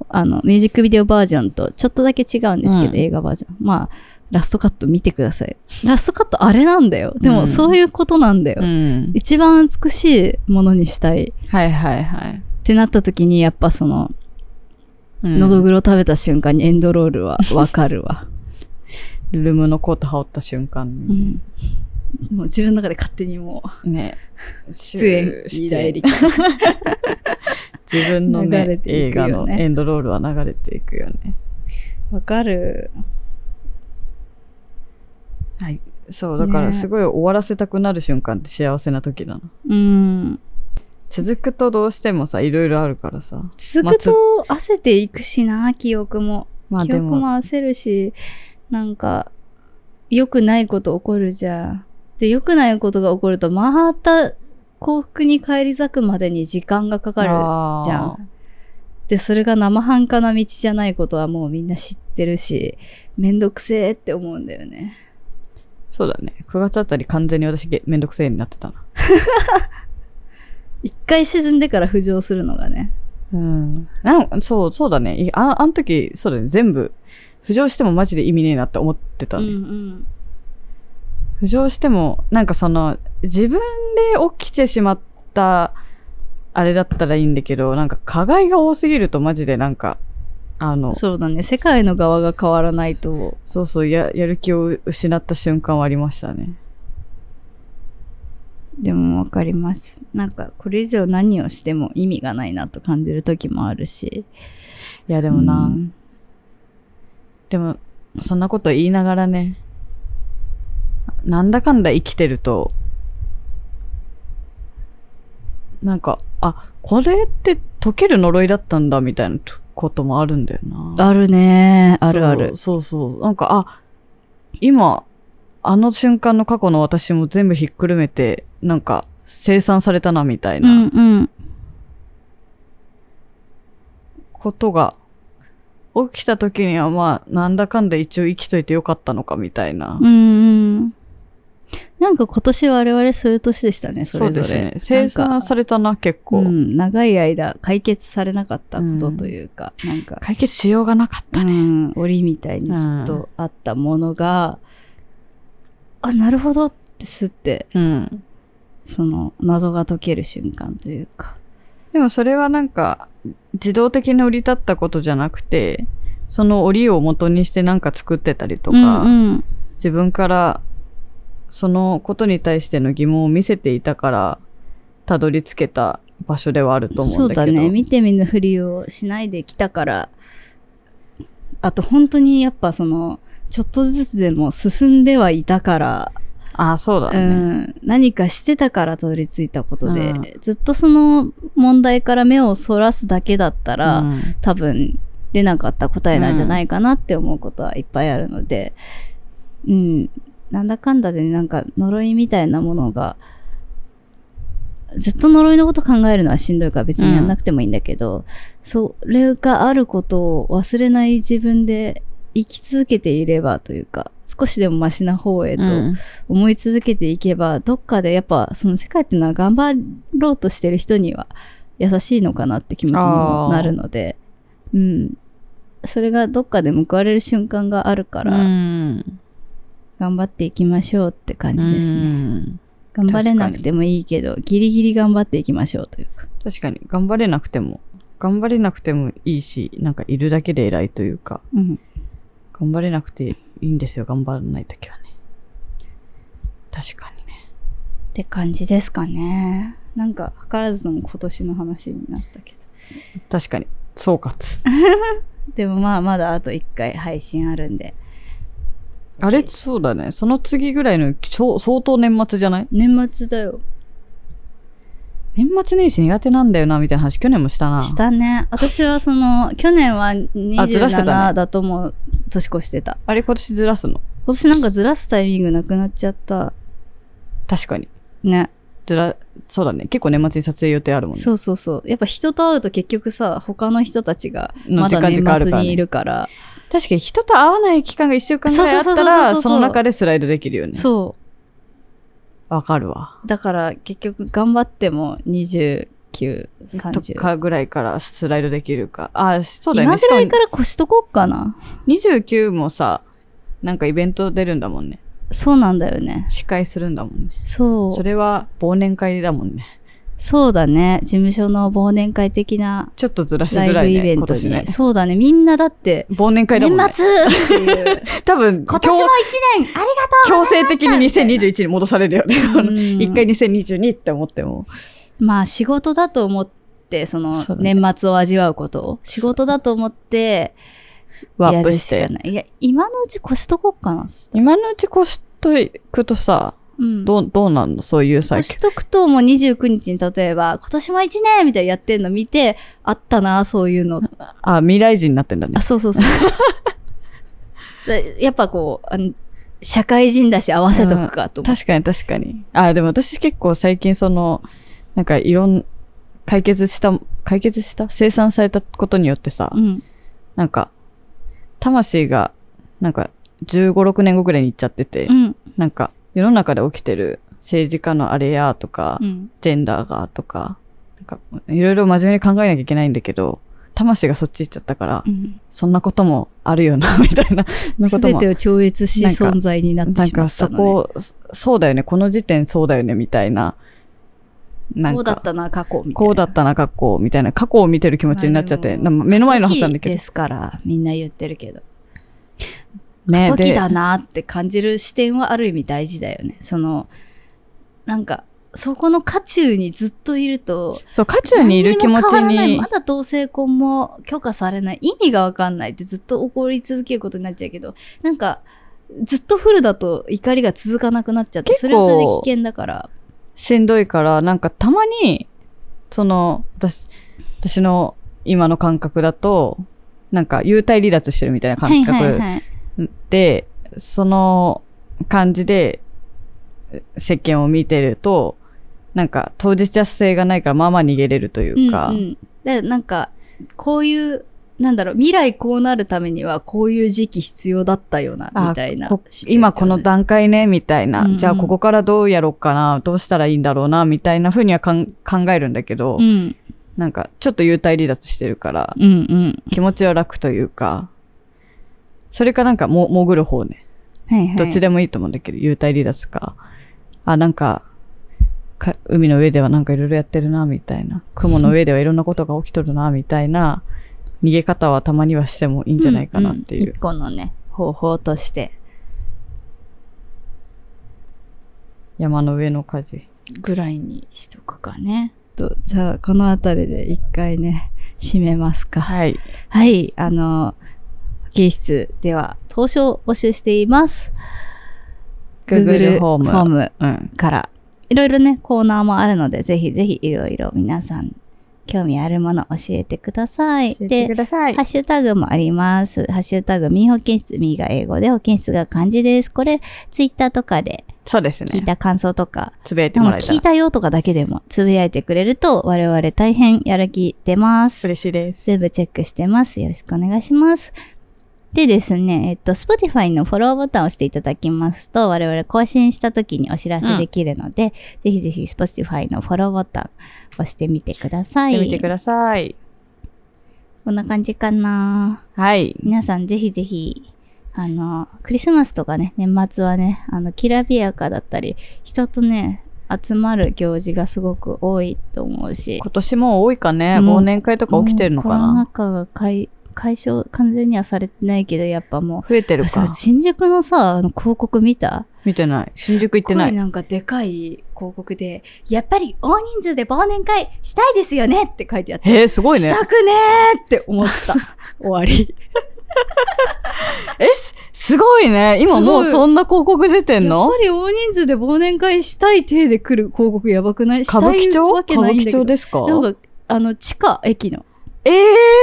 Speaker 1: あの、ミュージックビデオバージョンとちょっとだけ違うんですけど、
Speaker 2: うん
Speaker 1: 映画バージョン。まあ、ラストカット見てください。ラストカットあれなんだよ。で
Speaker 2: う
Speaker 1: も
Speaker 2: ん
Speaker 1: そういうことなんだよ。
Speaker 2: うん。
Speaker 1: 一番美しいものにしたい。
Speaker 2: はいはいはい。
Speaker 1: ってなった時にやっぱその、
Speaker 2: うん
Speaker 1: のどぐろ食べた瞬間にエンドロール
Speaker 2: *laughs*
Speaker 1: はわかるわ、
Speaker 2: ルルムのコート羽織った瞬間
Speaker 1: う
Speaker 2: に。
Speaker 1: ん、もう自分の中で勝手にも
Speaker 2: ね。
Speaker 1: う出演
Speaker 2: 出
Speaker 1: 依頼
Speaker 2: 演
Speaker 1: 力
Speaker 2: 自分の
Speaker 1: 流れ
Speaker 2: ね、
Speaker 1: てい
Speaker 2: 映
Speaker 1: くよ
Speaker 2: 画
Speaker 1: ね
Speaker 2: のエンドロールは流れていくよね。
Speaker 1: わかる
Speaker 2: はい。そう、だから
Speaker 1: ね
Speaker 2: すごい終わらせたくなる瞬間って幸せな時だな。
Speaker 1: うん
Speaker 2: 続くとどうしてもさ、いろいろあるからさ。
Speaker 1: 続くと焦っていくしな記憶も、
Speaker 2: まあ
Speaker 1: 記
Speaker 2: で
Speaker 1: 憶も
Speaker 2: も、
Speaker 1: 焦るしなんか良くないこと起こるじゃんで良くないことが起こるとまた幸福に返り咲くまでに時間がかかる
Speaker 2: あー
Speaker 1: じゃん。で、それが生半可な道じゃないことはもうみんな知ってるし、めんどくせえって思うんだよね。
Speaker 2: そうだね。9月あたり完全に私げめんどくせえになってたな。
Speaker 1: 一回沈んでから浮上するのがね。
Speaker 2: うん。なんそう、そうだね。いああの時、そうだね。全部、浮上してもマジで意味ねえなって思ってた
Speaker 1: う
Speaker 2: ね、
Speaker 1: ん
Speaker 2: 浮上しても、なんかその、自分で起きてしまった、あれだったらいいんだけど、なんか、加害が多すぎるとマジでなんか、あ
Speaker 1: う
Speaker 2: の
Speaker 1: ん。、そうだね。世界の側が変わらないと、
Speaker 2: そうそうや、やる気を失った瞬間はありましたね。
Speaker 1: でもわかります。なんか、これ以上何をしても意味がないなと感じる時もあるし。
Speaker 2: いや、で
Speaker 1: で
Speaker 2: もな、でも、そんなこと言いながらね、なんだかんだ生きてると、なんか、あ、これって解ける呪いだったんだみたいなこともあるんだよな。
Speaker 1: あるね。あるある。
Speaker 2: そう。そうそう。なんか、あ、今、あの瞬間の過去の私も全部ひっくるめて、なんか、生産されたなみたいな。
Speaker 1: うんうん。
Speaker 2: ことが起きた時にはまあなんだかんだ一応生きといてよかったのかみたいな、
Speaker 1: うんうん。なんか今年我々そういう年でしたね、そ
Speaker 2: そう
Speaker 1: れぞ
Speaker 2: で
Speaker 1: れ。
Speaker 2: すね生
Speaker 1: なん
Speaker 2: 産
Speaker 1: か
Speaker 2: されたな結構、
Speaker 1: うん、長い間解決されなかったことというか、なんか、
Speaker 2: 解決しようがなかった
Speaker 1: う
Speaker 2: ね、
Speaker 1: ん、檻みたいにずっとあったものが、あ、なるほどってすって、
Speaker 2: うん、
Speaker 1: その謎が解ける瞬間というか。
Speaker 2: でもそれはなんか自動的に降り立ったことじゃなくてその檻を元にしてなんか作ってたりと
Speaker 1: と
Speaker 2: か、
Speaker 1: うんうん、
Speaker 2: 自分からそのことに対しての疑問を見せていたからたどり着けた場所ではあると思
Speaker 1: そ
Speaker 2: うん
Speaker 1: う
Speaker 2: だけど
Speaker 1: だね。見て見ぬふりをしないできたから、あと本当にやっぱその、ちょっとずつでも進んではいたから、
Speaker 2: ああそうだ
Speaker 1: う
Speaker 2: ね、
Speaker 1: ん、何かしてたからたどり着いたことで、
Speaker 2: うん
Speaker 1: ずっとその問題から目をそらすだけだったら、
Speaker 2: うん
Speaker 1: 多分出なかった答えなんじゃないかなって思うことはいっぱいあるので、うん、なんだかんだでなんか呪いみたいなものが、ずっと呪いのこと考えるのはしんどいから別にやんなくてもいいんだけど、それがあることを忘れない自分で生き続けていればというか、少しでもマシな方へと、
Speaker 2: うん
Speaker 1: 思い続けていけばどっかでやっぱその世界っていうのは頑張ろうとしてる人には優しいのかなって気持ちにもなるのでうんそれがどっかで報われる瞬間があるから、
Speaker 2: うん
Speaker 1: 頑張っていきましょうって感じですね、
Speaker 2: うん
Speaker 1: 頑張れなくてもいいけどギリギリ頑張っていきましょうというか
Speaker 2: 確かに、頑張れなくても、頑張れなくてもいいし、なんかいるだけで偉いというか、
Speaker 1: うん
Speaker 2: 頑張れなくていいんですよ、頑張らないときはね。確かにね。
Speaker 1: って感じですかねなんか図らずとも今年の話になったけど
Speaker 2: 確かに。総括。
Speaker 1: でもまあまだあと1回配信あるんで
Speaker 2: あれ、そうだね。その次ぐらいの、ちょ相当年末じゃない
Speaker 1: 年末だよ
Speaker 2: 年末年始苦手なんだよな、みたいな話、去年もしたな。
Speaker 1: したね私はその去年は
Speaker 2: あずらしてた
Speaker 1: 27
Speaker 2: ね
Speaker 1: だともう年越してた
Speaker 2: あれ、今年ずらすの。
Speaker 1: 今年なんかずらすタイミングなくなっちゃった
Speaker 2: 確かに。
Speaker 1: ね
Speaker 2: ずら、そうだね。結構年末に撮影予定あるもんね。
Speaker 1: そうそうそうやっぱ人と会うと結局さ他の人たちが
Speaker 2: の
Speaker 1: まだ
Speaker 2: 時
Speaker 1: 年
Speaker 2: 間
Speaker 1: 末にい
Speaker 2: 時間あ
Speaker 1: るから
Speaker 2: 確かに人と会わない期間が一週間ぐらいあった
Speaker 1: そうそうそうそうそうそ
Speaker 2: ら、
Speaker 1: う
Speaker 2: その中でスライドできるよね。
Speaker 1: そ
Speaker 2: わかるわ。
Speaker 1: うだから結局頑張っても
Speaker 2: と
Speaker 1: 2930
Speaker 2: かぐらいからスライドできるか。あ、そうだよね。
Speaker 1: 今
Speaker 2: し
Speaker 1: ぐ
Speaker 2: から
Speaker 1: い
Speaker 2: も
Speaker 1: から越しとこっかな
Speaker 2: 29もさ、なんかイベント出るんだもんね。
Speaker 1: そうなんだよね
Speaker 2: 司会するんだもんね。
Speaker 1: そう
Speaker 2: それは忘年会だもんね。
Speaker 1: そうだね事務所の忘年会的な
Speaker 2: ちょっとずらし
Speaker 1: ライ
Speaker 2: づら
Speaker 1: ブ
Speaker 2: い
Speaker 1: イ
Speaker 2: ね。
Speaker 1: ベン
Speaker 2: 今
Speaker 1: トに
Speaker 2: 年
Speaker 1: ね
Speaker 2: ね。
Speaker 1: そうだねみんなだって
Speaker 2: 忘年会だ
Speaker 1: 年
Speaker 2: もんね。
Speaker 1: 末っていう
Speaker 2: *laughs* 多分、
Speaker 1: 今年も一年あり
Speaker 2: 強制的に2021に戻されるよね。こ
Speaker 1: う
Speaker 2: の
Speaker 1: ん
Speaker 2: 一回2022って思っても。
Speaker 1: まあ仕事だと思ってその
Speaker 2: そうだね
Speaker 1: 年末を味わうことを仕事だと思って
Speaker 2: ワ
Speaker 1: や
Speaker 2: ープ
Speaker 1: る
Speaker 2: し
Speaker 1: しか
Speaker 2: て。
Speaker 1: ないいや今のうち越しとこっかなそしたら、
Speaker 2: 今のうち越しといくとさ、
Speaker 1: うん、
Speaker 2: どう、どうなんのそういうさ
Speaker 1: 越、しとくともう29日に例えば今年も一年みたいなやってんの見てあったなそういう
Speaker 2: *laughs*
Speaker 1: の
Speaker 2: あ、未来人になってんだね
Speaker 1: あ。そうそうそうで *laughs* やっぱこうあの社会人だし合わせとくかと思って、
Speaker 2: 確かに確かに。あ、でも私結構最近その、なんかいろん、解決した、解決した生産されたことによってさ、
Speaker 1: うん、
Speaker 2: なんか、魂が、なんか、15、6年後ぐらいに行っちゃってて、
Speaker 1: うん
Speaker 2: なんか、世の中で起きてる政治家のあれやとか、
Speaker 1: うん
Speaker 2: ジェンダーがとか、なんか、いろいろ真面目に考えなきゃいけないんだけど、魂がそっち行っちゃったから、
Speaker 1: うん
Speaker 2: そんなこともあるよな、み *laughs* たいな、のこと
Speaker 1: 全
Speaker 2: も
Speaker 1: てを超越し
Speaker 2: なんか
Speaker 1: 存在になって
Speaker 2: なん
Speaker 1: しま
Speaker 2: か
Speaker 1: った
Speaker 2: そ
Speaker 1: の、ね、
Speaker 2: こ、そそうだよね、この時点そうだよね、みたいな。なんか
Speaker 1: こうだったな過去みたいな
Speaker 2: こうだったな、過去、みたいな。過去を見てる気持ちになっちゃって、
Speaker 1: まあで
Speaker 2: な
Speaker 1: も
Speaker 2: 目の前のはずなんだ
Speaker 1: 時
Speaker 2: け
Speaker 1: ですからみんな言ってるけど
Speaker 2: ど。ね
Speaker 1: 時
Speaker 2: で
Speaker 1: だなって感じる視点はある意味大事だよねそのなんかそこの渦中にずっといると
Speaker 2: そう、渦中にいる気
Speaker 1: 何
Speaker 2: 持ち
Speaker 1: も変わらない
Speaker 2: に
Speaker 1: ま、だ同性婚も許可されない意味がわかんないってずっと怒り続けることになっちゃうけどなんかずっとフルだと怒りが続かなくなっちゃってそ
Speaker 2: 結構
Speaker 1: れはそれで危険だから
Speaker 2: しんどいから、なんかたまに、その、私、私の今の感覚だと、なんか、幽体離脱してるみたいな感覚で、
Speaker 1: はい
Speaker 2: その感じで、世間を見てると、なんか、当事者性がないから、まあまあ逃げれるというか、
Speaker 1: うんうん、でなんかこういうなんだろう未来こうなるためにはこういう時期必要だったよな
Speaker 2: あ
Speaker 1: みたいな、
Speaker 2: こ
Speaker 1: 視点
Speaker 2: 今こ
Speaker 1: だ
Speaker 2: の
Speaker 1: よね
Speaker 2: 段階ね、みたいな、
Speaker 1: うんうん
Speaker 2: じゃあここからどうやろうかな、どうしたらいいんだろうな、みたいな風にはかん考えるんだけど、
Speaker 1: うん
Speaker 2: なんか、ちょっと幽体離脱してるから、
Speaker 1: うんうん
Speaker 2: 気持ちは楽というか、それかなんかも潜る方ね。
Speaker 1: はいはい
Speaker 2: どっちでもいいと思うんだけど、幽体離脱か。あ、なんか、か海の上ではなんかいろいろやってるな、みた
Speaker 1: *laughs*
Speaker 2: いな。雲の上ではいろんなことが起きとるな、みたいな、逃げ方はたまにはしてもいいんじゃないかなっていう。
Speaker 1: んん一個のね、方法として。
Speaker 2: 山の上の火事。
Speaker 1: ぐらいにしとくかね。とじゃあ、このあたりで一回ね、締めますか。
Speaker 2: はい。
Speaker 1: はい、あの、保健室では、投書を募集しています。
Speaker 2: Google ホー
Speaker 1: フ
Speaker 2: ム
Speaker 1: ォーム
Speaker 2: うん。
Speaker 1: から。いろいろね、コーナーもあるので、ぜひぜひいろいろ皆さん、興味あるもの教えてください。
Speaker 2: 教えて
Speaker 1: で
Speaker 2: く、ださい。
Speaker 1: ハッシュタグもあります。ハッシュタグ、ミー保健室、ミーが英語で、保健室が漢字です。これ、ツイッターとかで
Speaker 2: そうです
Speaker 1: 聞い
Speaker 2: ね。
Speaker 1: た感想とか、
Speaker 2: つぶやいて
Speaker 1: で
Speaker 2: も
Speaker 1: も
Speaker 2: らえた
Speaker 1: 聞い
Speaker 2: ら
Speaker 1: たよとかだけでもつぶやいてくれると我々大変やる気出ます。
Speaker 2: 嬉しいです。
Speaker 1: 全部チェックしてます。よろしくお願いします。でですね、えっと、Spotify のフォローボタンを押していただきますと、我々更新した時にお知らせできるので、ぜひぜひ Spotify のフォローボタン押してみてくださ
Speaker 2: して
Speaker 1: い。
Speaker 2: みてください。
Speaker 1: こんな感じかな。
Speaker 2: はい。
Speaker 1: 皆さんぜひぜひ、あの、クリスマスとかね、年末はね、あの、きらびやかだったり、人とね、集まる行事がすごく多いと思うし、
Speaker 2: 今年も多いかね。
Speaker 1: もう
Speaker 2: 忘年会とか起きてるのか
Speaker 1: もう
Speaker 2: な。
Speaker 1: コロナ禍が解解消、完全にはされてないけど、やっぱもう、
Speaker 2: 増えてる
Speaker 1: あそ
Speaker 2: か
Speaker 1: う。新宿のさ、あの広告見た
Speaker 2: 見てない。新宿行ってな
Speaker 1: すっご
Speaker 2: い。
Speaker 1: なんかでかい広告で、やっぱり大人数で忘年会したいですよねって書いてあって、
Speaker 2: えー、すごいね
Speaker 1: したくねーって思
Speaker 2: *laughs*
Speaker 1: った。終わり。
Speaker 2: えすすごいね今もう
Speaker 1: すごい
Speaker 2: そんな広告出てん
Speaker 1: やっ
Speaker 2: の
Speaker 1: ぱり大人数で忘年会したい体で来る広告やばくない
Speaker 2: 歌舞伎
Speaker 1: したい
Speaker 2: 町
Speaker 1: わけ
Speaker 2: 歌
Speaker 1: な
Speaker 2: 舞
Speaker 1: いんだ
Speaker 2: 伎
Speaker 1: けど
Speaker 2: 町ですか
Speaker 1: なんか、あの、地下駅の
Speaker 2: え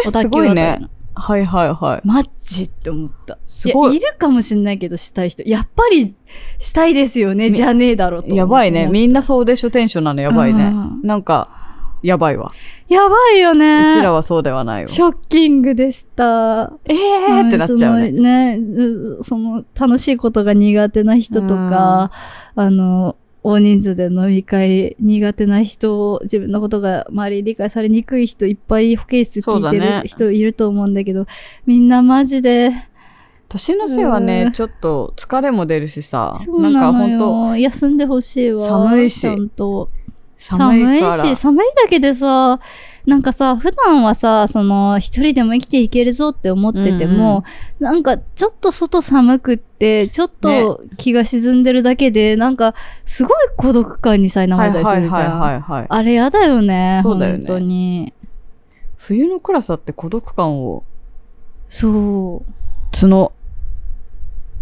Speaker 1: 小
Speaker 2: ー、
Speaker 1: 田急
Speaker 2: すご
Speaker 1: あた
Speaker 2: い
Speaker 1: りの
Speaker 2: ねはいはいはい
Speaker 1: マッチって思った。
Speaker 2: すごい
Speaker 1: や、いるかもしんないけど、したい人。やっぱり、したいですよね、
Speaker 2: み
Speaker 1: じゃねえだろと思う。
Speaker 2: やばいねみんなそうでしょテンションなのやばいね
Speaker 1: うん
Speaker 2: なんかやばいわ
Speaker 1: やばいよ
Speaker 2: う
Speaker 1: ね。
Speaker 2: ちらはそうではないわ
Speaker 1: ショッキングでした。
Speaker 2: えーってなっちゃうね
Speaker 1: そのねうその楽しいことが苦手な人とか、あの、大人数で飲み会苦手な人、自分のことが周りに理解されにくい人いっぱい保健室
Speaker 2: そう
Speaker 1: 聞い
Speaker 2: だ
Speaker 1: て
Speaker 2: ね
Speaker 1: る人いると思うんだけど、みんなマジで、
Speaker 2: 年のせいは
Speaker 1: うん
Speaker 2: ね、ちょっと疲れも出るしさ、
Speaker 1: そうな
Speaker 2: か
Speaker 1: の
Speaker 2: んと
Speaker 1: よ。休んでほしいわ。
Speaker 2: 寒いし
Speaker 1: ちゃんと。
Speaker 2: 寒いから。
Speaker 1: し、寒いだけでさ、なんかさ、普段はさ、その、一人でも生きていけるぞって思ってても、なんか、ちょっと外寒くって、ちょっと気が沈んでるだけで、なんか、すごい孤独感に苛ま
Speaker 2: はい
Speaker 1: れ
Speaker 2: は
Speaker 1: た
Speaker 2: い
Speaker 1: りす
Speaker 2: は
Speaker 1: る
Speaker 2: い
Speaker 1: じゃん。
Speaker 2: はいはい。
Speaker 1: あれやだよね。
Speaker 2: そうだよね
Speaker 1: 本当に。
Speaker 2: 冬の暗さって孤独感を
Speaker 1: そう。
Speaker 2: 募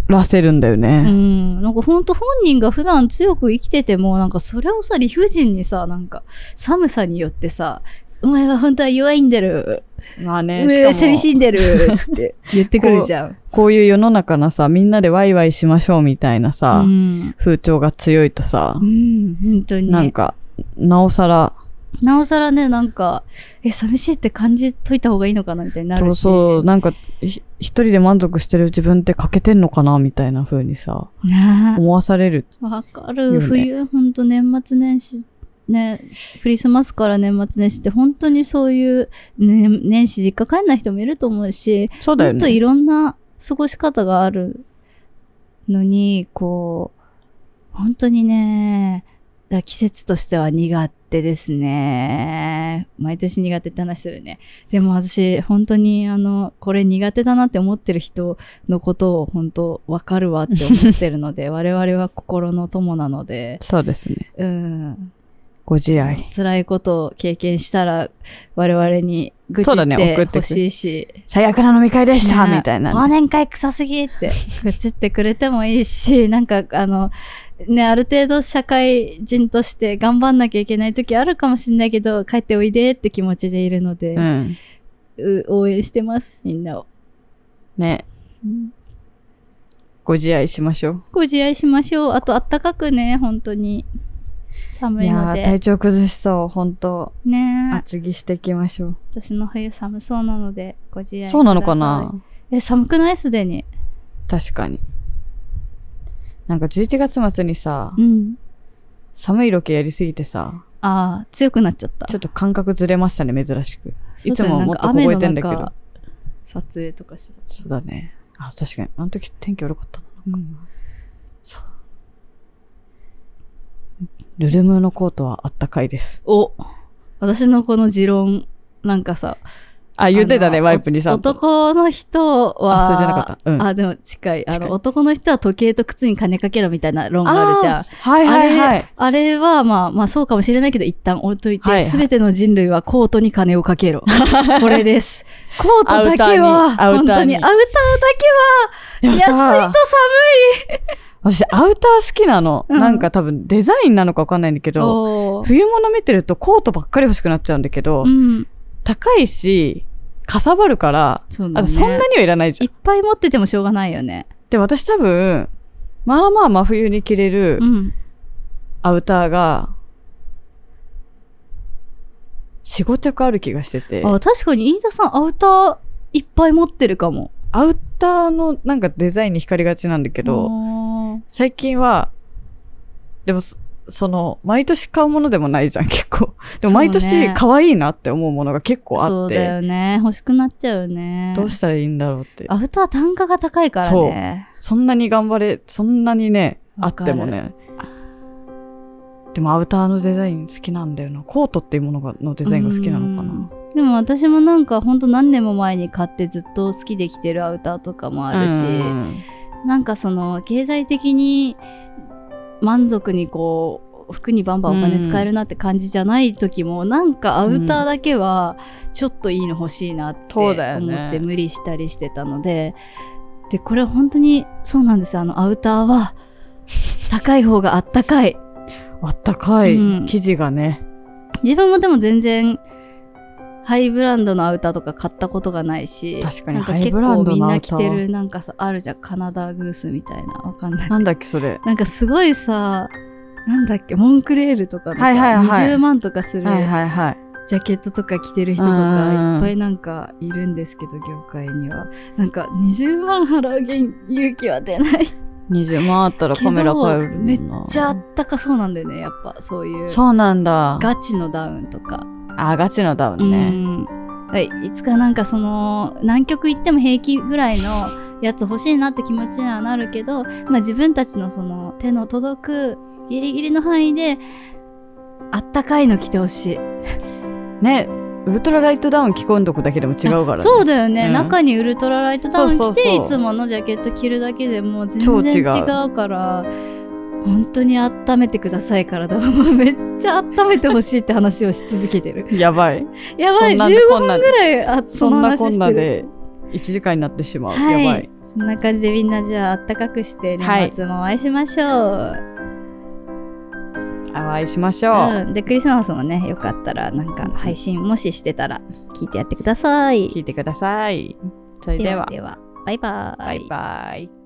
Speaker 2: らせるんだよ
Speaker 1: う
Speaker 2: ね。
Speaker 1: ん。なんか本当本人が普段強く生きてても、なんかそれをさ、理不尽にさ、なんか、寒さによってさ、お前は本当は弱いんだろ。
Speaker 2: まあね、
Speaker 1: 上は
Speaker 2: しか
Speaker 1: 寂し
Speaker 2: も
Speaker 1: いんだろって言ってくるじゃ
Speaker 2: *laughs*
Speaker 1: ん。
Speaker 2: こういう世の中のさ、みんなでワイワイしましょうみたいなさ、
Speaker 1: うん、
Speaker 2: 風潮が強いとさ
Speaker 1: う、ん、本当にね。
Speaker 2: なんか、なおさら、
Speaker 1: なおさらね、なんか、え、寂しいって感じといた方がいいのかなみたいにな
Speaker 2: そ
Speaker 1: る
Speaker 2: う
Speaker 1: し。
Speaker 2: そう、なんか、ひ一人で満足してる自分って欠けてんのかなみたいな風にさ、
Speaker 1: ね
Speaker 2: 思わされる。
Speaker 1: えわか
Speaker 2: よ
Speaker 1: る。
Speaker 2: ね
Speaker 1: 冬、ほんと年末年始、ね、クリスマスから年末年始って本当にそういう、ね、年始実家帰んない人もいると思うし、
Speaker 2: そうだ
Speaker 1: も
Speaker 2: よ
Speaker 1: っとい
Speaker 2: ね。
Speaker 1: ろんな過ごし方があるのに、こう、本当にね、だから季節としては苦手ですね。毎年苦手って話するね。でも私、本当にあの、これ苦手だなって思ってる人のことを本当わかるわって思ってるの
Speaker 2: *laughs*
Speaker 1: で、我々は心の友なので、
Speaker 2: そうですね。
Speaker 1: うん。
Speaker 2: ご自愛。
Speaker 1: 辛いことを経験したら、我々に愚痴
Speaker 2: そうだね送
Speaker 1: っ
Speaker 2: ってて
Speaker 1: ほ
Speaker 2: く
Speaker 1: しいし、
Speaker 2: 最悪な飲み会でした、
Speaker 1: ね
Speaker 2: みたいなね。
Speaker 1: 忘年会臭すぎって、愚痴ってくれてもいいし、 *laughs* なんか、あの、ね、ある程度社会人として頑張んなきゃいけない時あるかもしんないけど、帰っておいでって気持ちでいるので、
Speaker 2: うん。
Speaker 1: う応援してます、みんなを。
Speaker 2: ね。
Speaker 1: うん
Speaker 2: ご自愛しましょ
Speaker 1: ご自愛しましょう。あと、あったかくね、本当に。
Speaker 2: う。
Speaker 1: 寒いので。
Speaker 2: 調崩しそう、本当
Speaker 1: ね
Speaker 2: 厚着していきましょ
Speaker 1: 私の冬寒そうなので、ご自愛ください。
Speaker 2: う。そうなのかな
Speaker 1: え、寒くないすでに。
Speaker 2: 確かに。なんか11月末にさ
Speaker 1: う、ん。
Speaker 2: 寒いロケやりすぎてさ、
Speaker 1: ああ、強くなっちゃった。
Speaker 2: ちょっと感覚ずれましたね、珍しく。いつもはもっと
Speaker 1: そうだよ
Speaker 2: 凍えてんだけ。
Speaker 1: なか雨の
Speaker 2: ど
Speaker 1: 中。撮影とかしてた。
Speaker 2: そうだね。あ、確かに。あの時天気悪かったな。そう。ルルムのコートはあったかいです。
Speaker 1: お私のこの持論、なんかさ。
Speaker 2: あ、言ってた
Speaker 1: あ
Speaker 2: ね、
Speaker 1: の
Speaker 2: ワイプにさ
Speaker 1: お
Speaker 2: んと。
Speaker 1: 男の人は、
Speaker 2: あそうじゃなかったうん
Speaker 1: あ、でも近い。あ
Speaker 2: 近い
Speaker 1: の、男の人は時計と靴に金かけろみたいな論があるじゃん。
Speaker 2: ーはいはいは
Speaker 1: あ
Speaker 2: い
Speaker 1: れ。あれは、まあ、まあ、そうかもしれないけど、一旦置いとい
Speaker 2: はいは
Speaker 1: て、
Speaker 2: い
Speaker 1: すべ、ての人類はコートに金をかけ
Speaker 2: *laughs*
Speaker 1: ろ。これです。コートだけは、
Speaker 2: アウ
Speaker 1: 本
Speaker 2: タ
Speaker 1: 当
Speaker 2: ー
Speaker 1: に、
Speaker 2: に
Speaker 1: アウターだけ
Speaker 2: で
Speaker 1: は、安
Speaker 2: も
Speaker 1: いと
Speaker 2: さ
Speaker 1: 寒
Speaker 2: 私、アウター好きなの。
Speaker 1: うん
Speaker 2: なんか多分デザインなのかわかんないんだけ
Speaker 1: い。
Speaker 2: ど、
Speaker 1: おー
Speaker 2: 冬物見てるとコートばっかり欲しくなっちゃうんだけど、
Speaker 1: うん。
Speaker 2: 高いし、かさばるから、
Speaker 1: そうだ
Speaker 2: あ
Speaker 1: ね。
Speaker 2: とそんなにはいらないじゃ
Speaker 1: い
Speaker 2: ん
Speaker 1: っ。ぱい持っててもしょうがないよね。
Speaker 2: で、私多分、まあまあ真冬に着れる
Speaker 1: うん。
Speaker 2: アウターが、4、5着ある気がしてて、
Speaker 1: あ、確かに飯田さんアウターいっぱい持ってるかも。
Speaker 2: アウターのなんかデザインに光りがちなんだけ
Speaker 1: け
Speaker 2: ど、最近は、でもそ、その、毎年買うものでもないじゃん、結構。でも、毎
Speaker 1: そうね
Speaker 2: 年可愛いなって思うものが結構
Speaker 1: そ
Speaker 2: あっ
Speaker 1: うだ
Speaker 2: て、
Speaker 1: よね。欲しくなっちゃうよね。
Speaker 2: どうしたらいいんだろうって。
Speaker 1: アウター単価が高いからね。
Speaker 2: そんなに頑張れ、そんなにね、あ
Speaker 1: わ
Speaker 2: っ
Speaker 1: か
Speaker 2: て
Speaker 1: る
Speaker 2: もね。でも、アウターのデザイン好きなんだよな。コートっていうものがのデザインが好きなのかな。
Speaker 1: うんでも私もなんかほんと何年も前に買ってずっと好きで着てるアウターとかもあるし、
Speaker 2: うん
Speaker 1: なんかその経済的に満足にこう服にバンバンお金使えるなって感じじゃない時も、なんかアウターだけはちょっといいの欲しいなって
Speaker 2: そ
Speaker 1: 思
Speaker 2: うだよね
Speaker 1: って無理したりしてたので、でこれ本当にそうなんですあのアウターは高い方があったかい
Speaker 2: あったかい
Speaker 1: うん
Speaker 2: 生地がね。
Speaker 1: 自分もでも全然ハイブランドのアウターとか買ったことがないし
Speaker 2: 確かに
Speaker 1: なんか
Speaker 2: ハイ
Speaker 1: 結
Speaker 2: ブラン
Speaker 1: 構
Speaker 2: ド
Speaker 1: みん
Speaker 2: のア
Speaker 1: な
Speaker 2: ウタ
Speaker 1: 着
Speaker 2: ー
Speaker 1: てるなんかさあるじゃんカナダグースみたいなわかんない
Speaker 2: なんだっけ、それ。
Speaker 1: なんかすごいさ、なんだっけ、モンクレールとかのさ、
Speaker 2: はいはいはい
Speaker 1: 20万とかする
Speaker 2: はいはいはい。
Speaker 1: ジャケットとか着てる人と
Speaker 2: うん
Speaker 1: かいっぱいなんかいるんですけど、業界には。なんか20万払う元勇気は出ない。
Speaker 2: 20万あったら
Speaker 1: けど
Speaker 2: カメラ買えるもんな
Speaker 1: めっちゃあったかそうなんだよね、やっぱそういう。
Speaker 2: そうなんだ。
Speaker 1: ガチのダウンとか。
Speaker 2: あ、ガチのダウ
Speaker 1: う
Speaker 2: ンね。
Speaker 1: ん。はい、いつかなんかその南極行っても平気ぐらいのやつ欲しいなって気持ちにはなるけど、まあ、自分たちのその手の届くギリギリの範囲であったかいの着てほしい
Speaker 2: ね、ウルトラライトダウン着込んどくだけでも違うからね。
Speaker 1: そうだよね、
Speaker 2: うん
Speaker 1: 中にウルトラライトダウン着て
Speaker 2: そうそうそう
Speaker 1: いつものジャケット着るだけでもう全
Speaker 2: 超
Speaker 1: 然
Speaker 2: 違
Speaker 1: 違
Speaker 2: う
Speaker 1: うから本当に温めてくだ *laughs* さい体をめっちゃ温めてほしいって話をし続けてる
Speaker 2: やばい。
Speaker 1: やばい
Speaker 2: そ
Speaker 1: 15
Speaker 2: んなんでこん
Speaker 1: 分
Speaker 2: なんで
Speaker 1: ぐらいあ
Speaker 2: そ
Speaker 1: そ
Speaker 2: ん
Speaker 1: の
Speaker 2: な
Speaker 1: 話
Speaker 2: こん
Speaker 1: し
Speaker 2: な
Speaker 1: てる
Speaker 2: で1時間になってしまう。
Speaker 1: はい
Speaker 2: やばい。
Speaker 1: そんな感じでみんなじゃああったかくして年末もお会いしましょう、
Speaker 2: お会いしましょう。
Speaker 1: うん、でクリスマスもねよかったらなんか配信もししてたら聞いてやってください
Speaker 2: 聞いてください。それでは、
Speaker 1: ではではバイバー
Speaker 2: バイバイ。